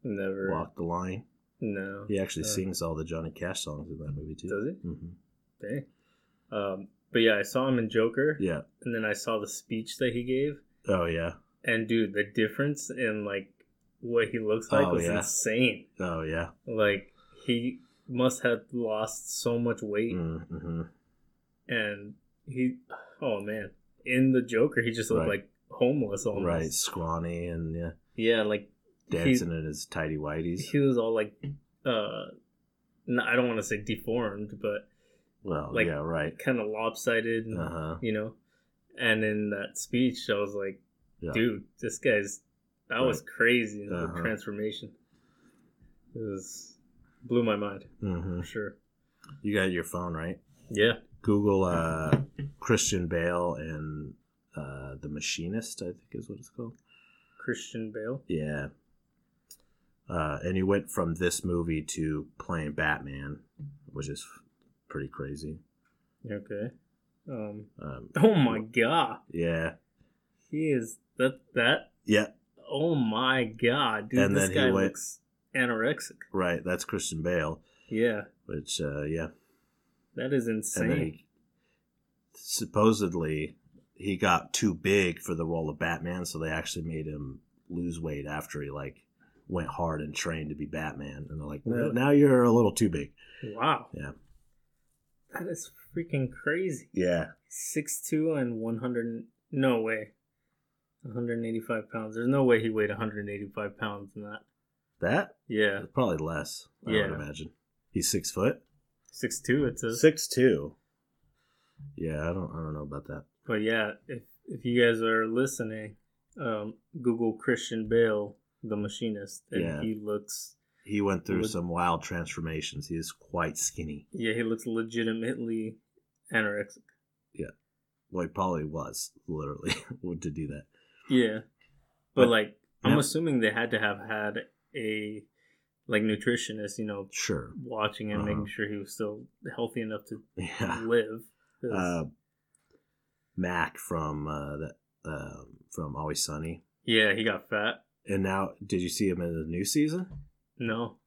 S1: Never
S2: walk the line
S1: no.
S2: he actually
S1: Uh.
S2: sings all the johnny cash songs in that movie too
S1: Does he?
S2: Mhm.
S1: Dang. Um but yeah, I saw him in Joker
S2: yeah
S1: and then I saw the speech that he gave.
S2: oh yeah
S1: And dude, the difference in like what he looks like
S2: Oh,
S1: was
S2: yeah.
S1: insane.
S2: oh yeah
S1: Like he must have lost so much weight
S2: mm-hmm.
S1: and he oh man in the joker he just looked
S2: Right.
S1: like homeless almost
S2: right scrawny and yeah
S1: yeah like
S2: dancing in his tidy whities
S1: he was all like uh n i don't want to say deformed but
S2: well
S1: like-
S2: yeah right
S1: kind of lopsided and,
S2: uh-huh
S1: you know and in that speech i was like
S2: Yeah.
S1: dude this guy's that was crazy the
S2: Uh-huh.
S1: transformation it was blew my mind
S2: mm-hmm
S1: for sure
S2: You got your phone, right?
S1: yeah
S2: Google uh, Christian Bale and uh, The Machinist, I think is what it's called.
S1: christian bale
S2: Yeah. Uh, and he went from this movie to playing Batman, which is pretty crazy.
S1: okay um
S2: Um,
S1: oh my god
S2: yeah.
S1: he is that that
S2: Yeah,
S1: Oh my god, dude!
S2: And
S1: this
S2: then he
S1: guy
S2: went-
S1: looks anorexic.
S2: right. That's Christian Bale,
S1: Yeah,
S2: which, uh, yeah.
S1: that is
S2: And then
S1: insane.
S2: he supposedly he got too big for the role of Batman, so they actually made him lose weight after he like went hard and trained to be Batman. And they're like, no,
S1: Really?
S2: now you're a little too big.
S1: Wow.
S2: Yeah.
S1: That is freaking crazy.
S2: Yeah,
S1: Six two and one hundred. No way. One hundred eighty five pounds. There's no way he weighed one hundred eighty five pounds in that.
S2: that
S1: Yeah,
S2: probably less. I
S1: Yeah.
S2: would imagine he's six foot,
S1: six two. It says.
S2: six two. Yeah, I don't, I don't know about that.
S1: But yeah, if if you guys are listening, um, Google Christian Bale, the machinist, and
S2: Yeah.
S1: he looks.
S2: He went through
S1: Would-
S2: some wild transformations. He is quite skinny.
S1: Yeah, he looks legitimately anorexic.
S2: Well, he probably was literally to do that.
S1: Yeah. But
S2: But-
S1: like I'm
S2: yeah.
S1: assuming they had to have had a like nutritionist, you know,
S2: Sure.
S1: watching him,
S2: Uh-huh.
S1: making sure he was still healthy enough to
S2: Yeah.
S1: live. 'Cause-
S2: uh, Mac from uh, that um from Always Sunny.
S1: yeah, he got fat.
S2: And now, did you see him in the new season?
S1: No.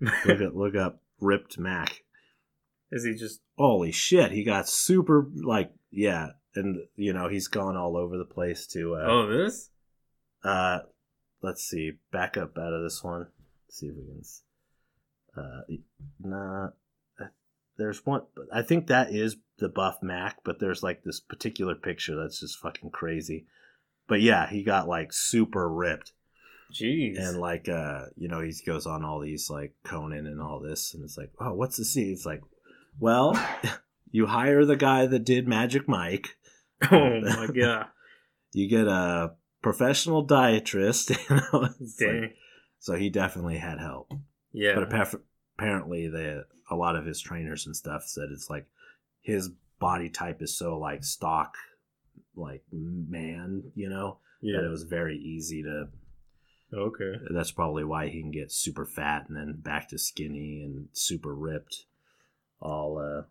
S2: Look at look up ripped Mac.
S1: Is he just
S2: Holy shit, he got super like yeah, and you know he's gone all over the place to. Uh,
S1: Oh, this?
S2: Uh, let's see. Back up out of this one. Let's see if we can. s- Uh, nah. uh, There's one. I think that is the buff Mac, but there's like this particular picture that's just fucking crazy. But yeah, he got like super ripped,
S1: Jeez.
S2: and like uh, you know, he goes on all these like Conan and all this, and it's like, oh, what's the scene? It's like, well, you hire the guy that did Magic Mike,
S1: oh my god.
S2: you get a professional dietist. You know? It's like,
S1: Dang.
S2: so he definitely had help.
S1: yeah.
S2: But appa- apparently, the a lot of his trainers and stuff said it's like his body type is so like stock, like man, you know, that
S1: yeah.
S2: it was very easy to.
S1: Okay.
S2: That's probably why he can get super fat and then back to skinny and super ripped. I'll uh,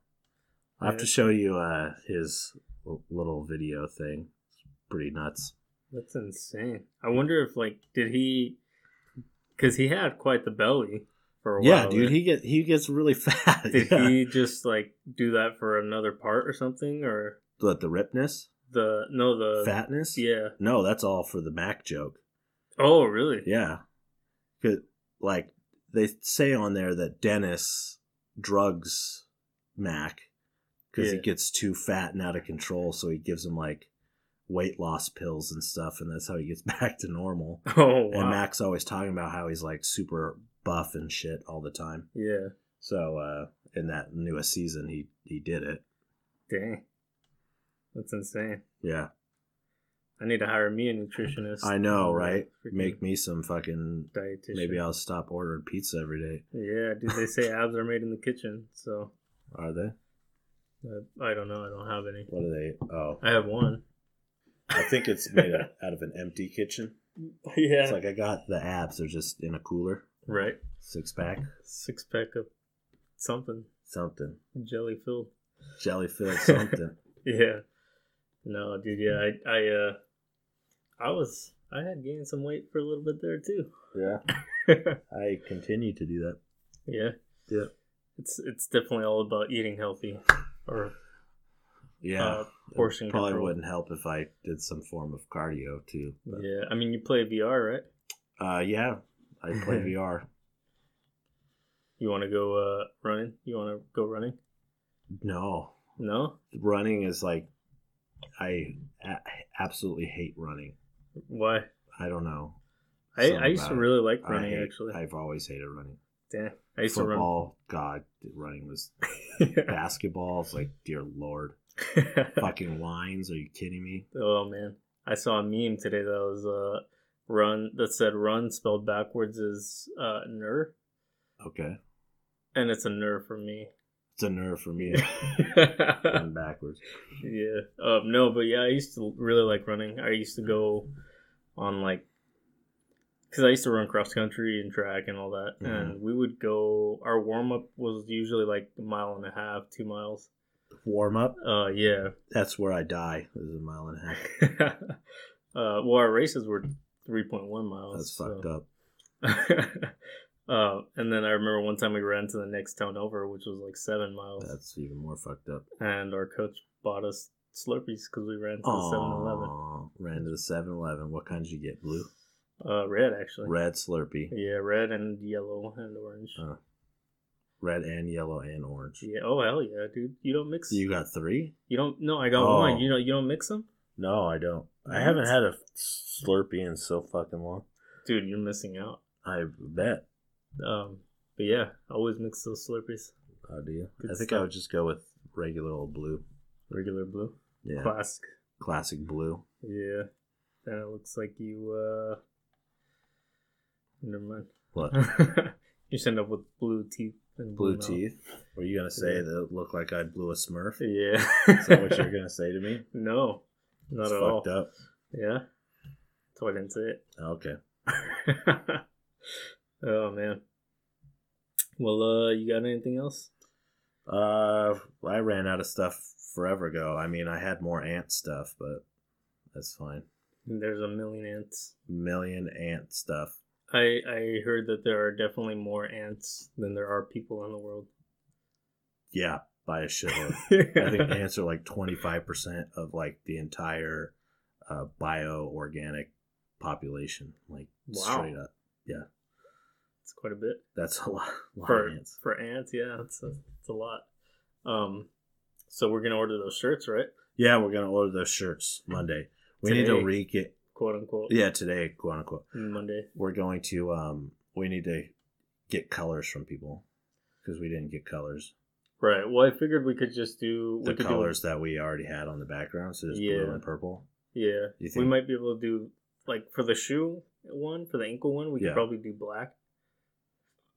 S2: I'll have to
S1: Yeah.
S2: show you uh his l- little video thing. It's pretty nuts.
S1: That's insane. I wonder if like did he cuz he had quite the belly for a
S2: Yeah,
S1: while.
S2: dude,
S1: there.
S2: he get he gets really fat.
S1: did
S2: yeah.
S1: he just like do that for another part or something or
S2: What, the ripness,
S1: the no the
S2: fatness.
S1: yeah.
S2: No, that's all for the Mac joke.
S1: Oh, really?
S2: Yeah. 'Cause, like, they say on there that Dennis drugs Mac because
S1: Yeah.
S2: he gets too fat and out of control. So he gives him, like, weight loss pills and stuff. And that's how he gets back to normal.
S1: Oh, wow.
S2: And Mac's always talking about how he's, like, super buff and shit all the time.
S1: yeah.
S2: So, uh, in that newest season, he, he did it.
S1: Dang. That's insane.
S2: Yeah.
S1: I need to hire me a nutritionist.
S2: I know,
S1: and a
S2: right?
S1: freaking
S2: Make me some fucking.
S1: dietitian.
S2: Maybe I'll stop ordering pizza every day.
S1: Yeah, dude, they say abs are made in the kitchen, so
S2: Are they?
S1: uh, I don't know. I don't have any.
S2: What are they? Oh,
S1: I have one.
S2: I think it's made out out of an empty kitchen.
S1: yeah.
S2: It's like I got the abs; they're just in a cooler,
S1: right.
S2: six pack,
S1: Six pack of something
S2: something,
S1: jelly filled.
S2: jelly filled something.
S1: Yeah. No, dude. Yeah,
S2: Hmm.
S1: I, I, uh, I was, I had gained some weight for a little bit there too.
S2: yeah, I continue to do that.
S1: yeah.
S2: Yeah.
S1: It's it's definitely all about eating healthy, or
S2: Yeah,
S1: uh, portion
S2: it probably
S1: control.
S2: wouldn't help if I did some form of cardio too. But,
S1: Yeah, I mean, you play VR, right?
S2: Uh, yeah, I play VR.
S1: You want to go uh, running? You want to go running?
S2: No,
S1: No.
S2: running is like I a- absolutely hate running.
S1: Why?
S2: I don't know.
S1: I,
S2: Something
S1: I used to
S2: about it.
S1: really like
S2: I
S1: running.
S2: hate-
S1: actually,
S2: I've always hated running.
S1: Damn. I used
S2: Football, God, running was
S1: to run.
S2: basketball. It's like, dear lord, fucking lines. Are you kidding me?
S1: oh man, I saw a meme today that was uh, run that said run spelled backwards is uh, ner,
S2: Okay,
S1: and it's a ner for me.
S2: it's a nerve for me.
S1: yeah.
S2: Going backwards.
S1: Um. No, but yeah, I used to really like running. I used to go on like. Because I used to run cross country and track and all
S2: Mm-hmm.
S1: that, and we would go. Our warm up was usually like a mile and a half, two miles.
S2: Warm up.
S1: Uh, yeah,
S2: That's where I die. Is a mile and a half.
S1: uh, well, our races were 3.1 miles.
S2: That's fucked up.
S1: up. uh, and then I remember one time we ran to the next town over, which was like seven miles.
S2: That's even more fucked up.
S1: And our coach bought us Slurpees because we ran to the 7 Eleven.
S2: Oh, ran to the 7-Eleven. What kind did you get? Blue,
S1: Uh, red, actually.
S2: red Slurpee,
S1: Yeah, red and yellow and orange.
S2: Uh, red and yellow and orange.
S1: yeah. Oh, hell yeah, dude. You don't mix. You,
S2: You got three?
S1: don't. No, I got
S2: Oh.
S1: one. You know, you don't mix them?
S2: No, I don't. I
S1: What?
S2: haven't had a Slurpee in so fucking long.
S1: Dude, you're missing out.
S2: I bet.
S1: Um, but yeah, always mix those Slurpees.
S2: Oh, do you?
S1: Good
S2: I think
S1: stuff.
S2: I would just go with regular old blue.
S1: Regular blue.
S2: Yeah,
S1: Classic.
S2: classic blue.
S1: Yeah. Then it looks like you uh never
S2: What?
S1: mind. you just end up with blue teeth and
S2: Blue
S1: mouth.
S2: teeth? Were you gonna say
S1: Yeah.
S2: that it looked like I blew a Smurf? Is
S1: Yeah.
S2: that what you're gonna say to me?
S1: No. Not
S2: It's
S1: at all.
S2: fucked up.
S1: Yeah. That's why I didn't say
S2: Okay.
S1: it. oh man. Well uh you got anything else?
S2: Uh, I ran out of stuff forever ago. I mean, I had more ant stuff, but that's fine.
S1: There's a million ants.
S2: Million ant stuff.
S1: I I heard that there are definitely more ants than there are people in the world.
S2: Yeah, by a shitload. I think
S1: yeah.
S2: ants are like 25% of like the entire uh, bio organic population. Like
S1: Wow.
S2: straight up.
S1: It's quite a bit
S2: That's a lot, lot
S1: for
S2: of ants.
S1: for ants. Yeah, it's a, it's a lot. Um, so we're gonna order those shirts, right?
S2: Yeah, we're going to order those shirts Monday. We need to
S1: Today.
S2: re get,
S1: Quote unquote.
S2: yeah, today, quote unquote.
S1: Monday.
S2: We're going to, um, we need to get colors from people because we didn't get colors.
S1: Right. Well, I figured we could just do
S2: The
S1: we could
S2: colors that we already had on the background, so it's
S1: Yeah.
S2: blue and purple.
S1: Do, yeah.
S2: You
S1: We
S2: think-
S1: might be able to do like for the shoe one, for the ankle one, we
S2: Yeah.
S1: could probably do black.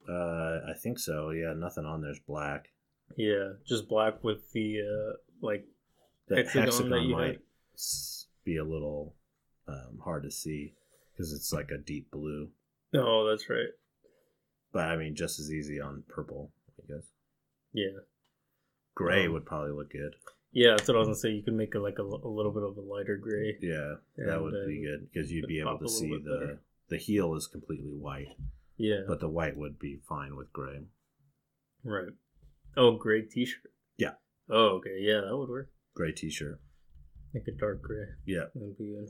S2: Uh, I think so. Yeah, nothing on there's black.
S1: Yeah, just black with the uh like
S2: That
S1: hexagon,
S2: hexagon,
S1: that you
S2: might
S1: had.
S2: s- be a little um, hard to see because it's like a deep blue.
S1: Oh, that's right.
S2: But I mean, just as easy on purple, I guess.
S1: Yeah.
S2: Gray
S1: Um,
S2: would probably look good.
S1: Yeah, that's what I was gonna say. You could make it like a, l- a little bit of a lighter gray.
S2: Yeah, that
S1: and,
S2: would
S1: uh,
S2: be good because you'd
S1: it'd
S2: be able
S1: pop a
S2: to
S1: little
S2: see
S1: bit
S2: the
S1: better.
S2: the heel is completely white,
S1: Yeah.
S2: but the white would be fine with gray.
S1: Right. Oh, gray T-shirt.
S2: Yeah.
S1: Oh, okay. Yeah, that would work.
S2: Gray t-shirt.
S1: Like a dark gray.
S2: Yeah,
S1: That'd be good.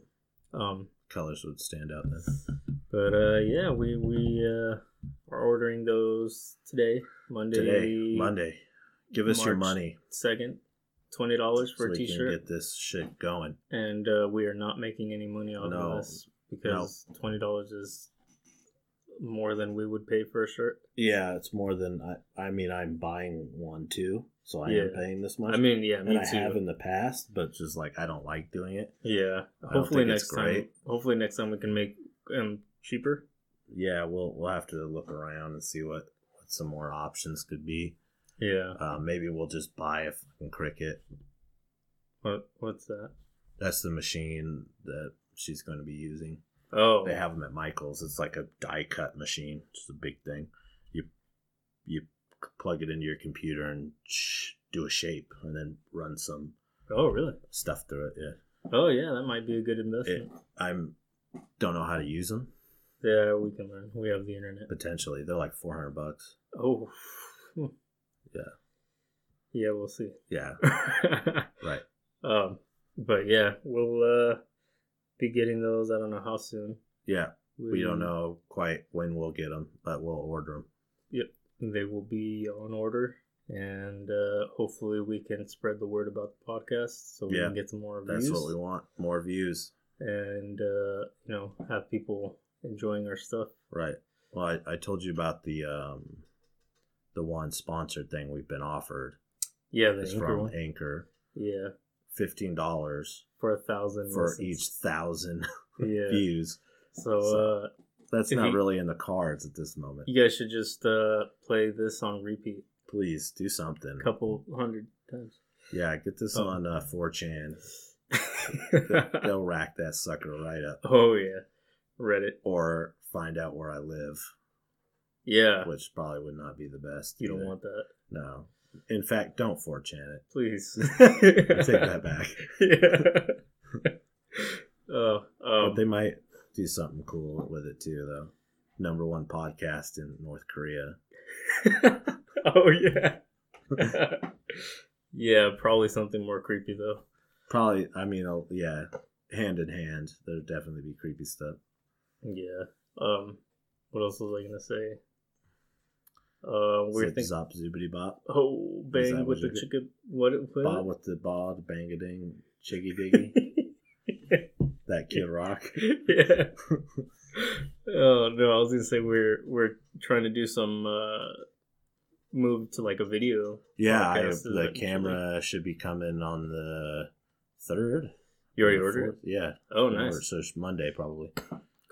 S1: Um,
S2: colors would stand out then.
S1: but uh, yeah, we we uh are ordering those today, Monday.
S2: Today, Monday, give us your
S1: March
S2: money
S1: Second, twenty dollars
S2: so
S1: for a
S2: we can
S1: T-shirt,
S2: get this shit going.
S1: and uh, we are not making any money off
S2: No.
S1: of this because twenty dollars is more than we would pay for a shirt.
S2: Yeah, it's more than I. I mean, I'm buying one too, so I am
S1: Yeah.
S2: paying this much.
S1: I mean, yeah, me
S2: and I
S1: too.
S2: have in the past, but just like I don't like doing it.
S1: Yeah.
S2: I don't
S1: Hopefully
S2: think it's
S1: next time.
S2: great.
S1: Hopefully next time we can make um cheaper.
S2: Yeah, we'll we'll have to look around and see what, what some more options could be.
S1: Yeah.
S2: Uh, maybe we'll just buy a fucking cricket.
S1: What what's that?
S2: That's the machine that she's going to be using.
S1: Oh.
S2: They have them at Michaels. It's like a die cut machine. It's a big thing. You you plug it into your computer and sh- do a shape, and then run some
S1: Oh really?
S2: stuff through it. Yeah,
S1: Oh yeah, that might be a good investment.
S2: I'm don't know how to use them.
S1: Yeah, we can learn. We have the internet.
S2: Potentially, they're like four hundred bucks.
S1: Oh.
S2: Yeah.
S1: Yeah, we'll see.
S2: Yeah, right.
S1: um, but yeah, we'll uh be getting those. I don't know how soon.
S2: Yeah, we don't know quite when we'll get them, but we'll order them.
S1: They will be on order. And uh, hopefully we can spread the word about the podcast so we
S2: Yeah.
S1: can get some more
S2: That's
S1: reviews.
S2: what we want. More views.
S1: and uh, you know have people enjoying our stuff.
S2: Right. Well, I, I told you about the um, the one sponsored thing we've been offered.
S1: Yeah, the
S2: It's
S1: anchor
S2: from
S1: one.
S2: Anchor.
S1: Yeah,
S2: Fifteen dollars
S1: for a thousand
S2: for
S1: listens.
S2: each thousand
S1: Yeah,
S2: views.
S1: so
S2: So-
S1: uh,
S2: That's
S1: If
S2: not
S1: you-
S2: really in the cards at this moment.
S1: you guys should just uh, play this on repeat
S2: Please do something.
S1: a couple
S2: Mm-hmm.
S1: hundred times.
S2: Yeah, get this
S1: Oh.
S2: on uh, 4chan. They'll rack that sucker right up.
S1: oh yeah, Reddit.
S2: Or find out where I live,
S1: Yeah,
S2: which probably would not be the best.
S1: you don't
S2: either.
S1: want that,
S2: No. In fact, don't 4chan it.
S1: please.
S2: I take that back.
S1: Yeah. oh,
S2: But
S1: um,
S2: they might do something cool with it too, though. Number one podcast in North Korea.
S1: oh yeah. yeah, probably something more creepy though.
S2: Probably, I mean, I'll, yeah, hand in hand, there'd definitely be creepy stuff.
S1: Yeah. Um. What else was I gonna say? Uh, we're
S2: Zip
S1: thinking.
S2: zop zoobity bop.
S1: Oh,
S2: Is that
S1: bang
S2: what
S1: with the
S2: you-
S1: chicken. What? what?
S2: Bob with the bob, bang a ding, chiggy diggy. that kid rock.
S1: yeah. oh no, I was gonna say we're we're trying to do some uh move to like a video.
S2: Yeah, I,
S1: Podcast is
S2: the
S1: that-
S2: camera should be coming on the third.
S1: You already
S2: or
S1: ordered? it?
S2: fourth? Yeah.
S1: Oh,
S2: Or-
S1: nice.
S2: So it's Monday, probably.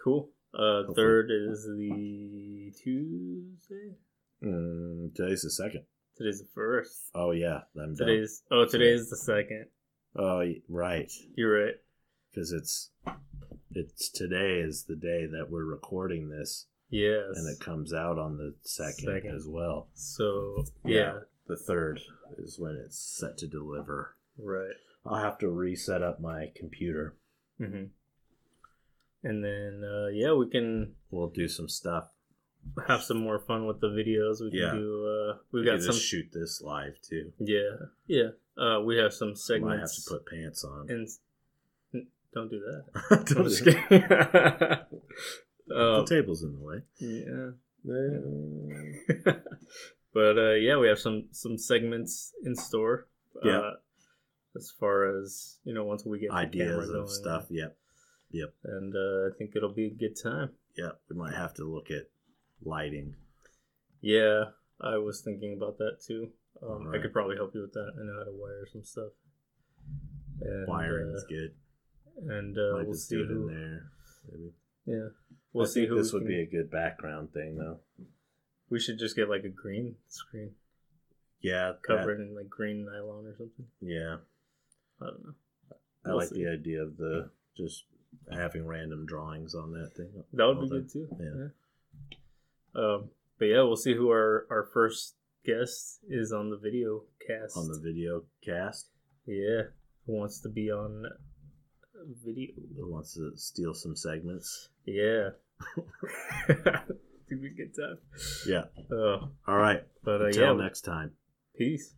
S1: Cool. Uh,
S2: Hopefully.
S1: third is the Tuesday.
S2: Mm, today's the second.
S1: Today's the first.
S2: Oh, yeah. I'm done.
S1: Today's oh, today's the second.
S2: Oh, y- right.
S1: You're right.
S2: because it's it's today is the day that we're recording this
S1: Yes.
S2: and it comes out on the second,
S1: Second.
S2: as well
S1: so yeah.
S2: Yeah. the third is when it's set to deliver
S1: Right.
S2: i'll have to reset up my computer
S1: Mm-hmm. and then uh, yeah, we can
S2: We'll do some stuff.
S1: have some more fun with the videos. We can
S2: Yeah.
S1: do. Uh, we've
S2: We
S1: got
S2: got
S1: some.
S2: to shoot this live too.
S1: yeah, yeah. Uh, we have some
S2: I Might have to
S1: segments.
S2: put pants on.
S1: and don't do that. I'm
S2: Don't
S1: just
S2: do-
S1: kidding.
S2: the
S1: Um,
S2: table's in the way.
S1: yeah. but uh, yeah, we have some some segments in store.
S2: Yeah.
S1: Uh, as far as you know, once we get the camera
S2: Ideas
S1: going,
S2: of stuff. Yep.
S1: and uh, I think it'll be a good time.
S2: Yep. We might have to look at lighting.
S1: Yeah, I was thinking about that too. Um, I
S2: Alright.
S1: could probably help you with that. I know how to wire some stuff. And,
S2: Wiring is
S1: uh,
S2: good.
S1: and uh,
S2: might
S1: we'll
S2: just
S1: see
S2: do it
S1: who.
S2: in there. Maybe.
S1: Yeah, we'll
S2: I
S1: see
S2: think
S1: who.
S2: this
S1: we
S2: would
S1: can-
S2: be a good background thing, though.
S1: We should just get like a green screen
S2: Yeah,
S1: covered in like green nylon or something.
S2: that- yeah,
S1: I don't know.
S2: I
S1: We'll
S2: like
S1: see.
S2: the idea of the just having random drawings on that thing.
S1: That would be
S2: Although-
S1: good too.
S2: yeah.
S1: Yeah. Um, but yeah, we'll see who our our first guest is on the video cast.
S2: on the video cast.
S1: yeah, who wants to be on video?
S2: Who wants to steal some segments?
S1: Yeah. It'd be a good time.
S2: Yeah.
S1: Uh,
S2: All right.
S1: but uh,
S2: Until
S1: yeah,
S2: next time.
S1: peace.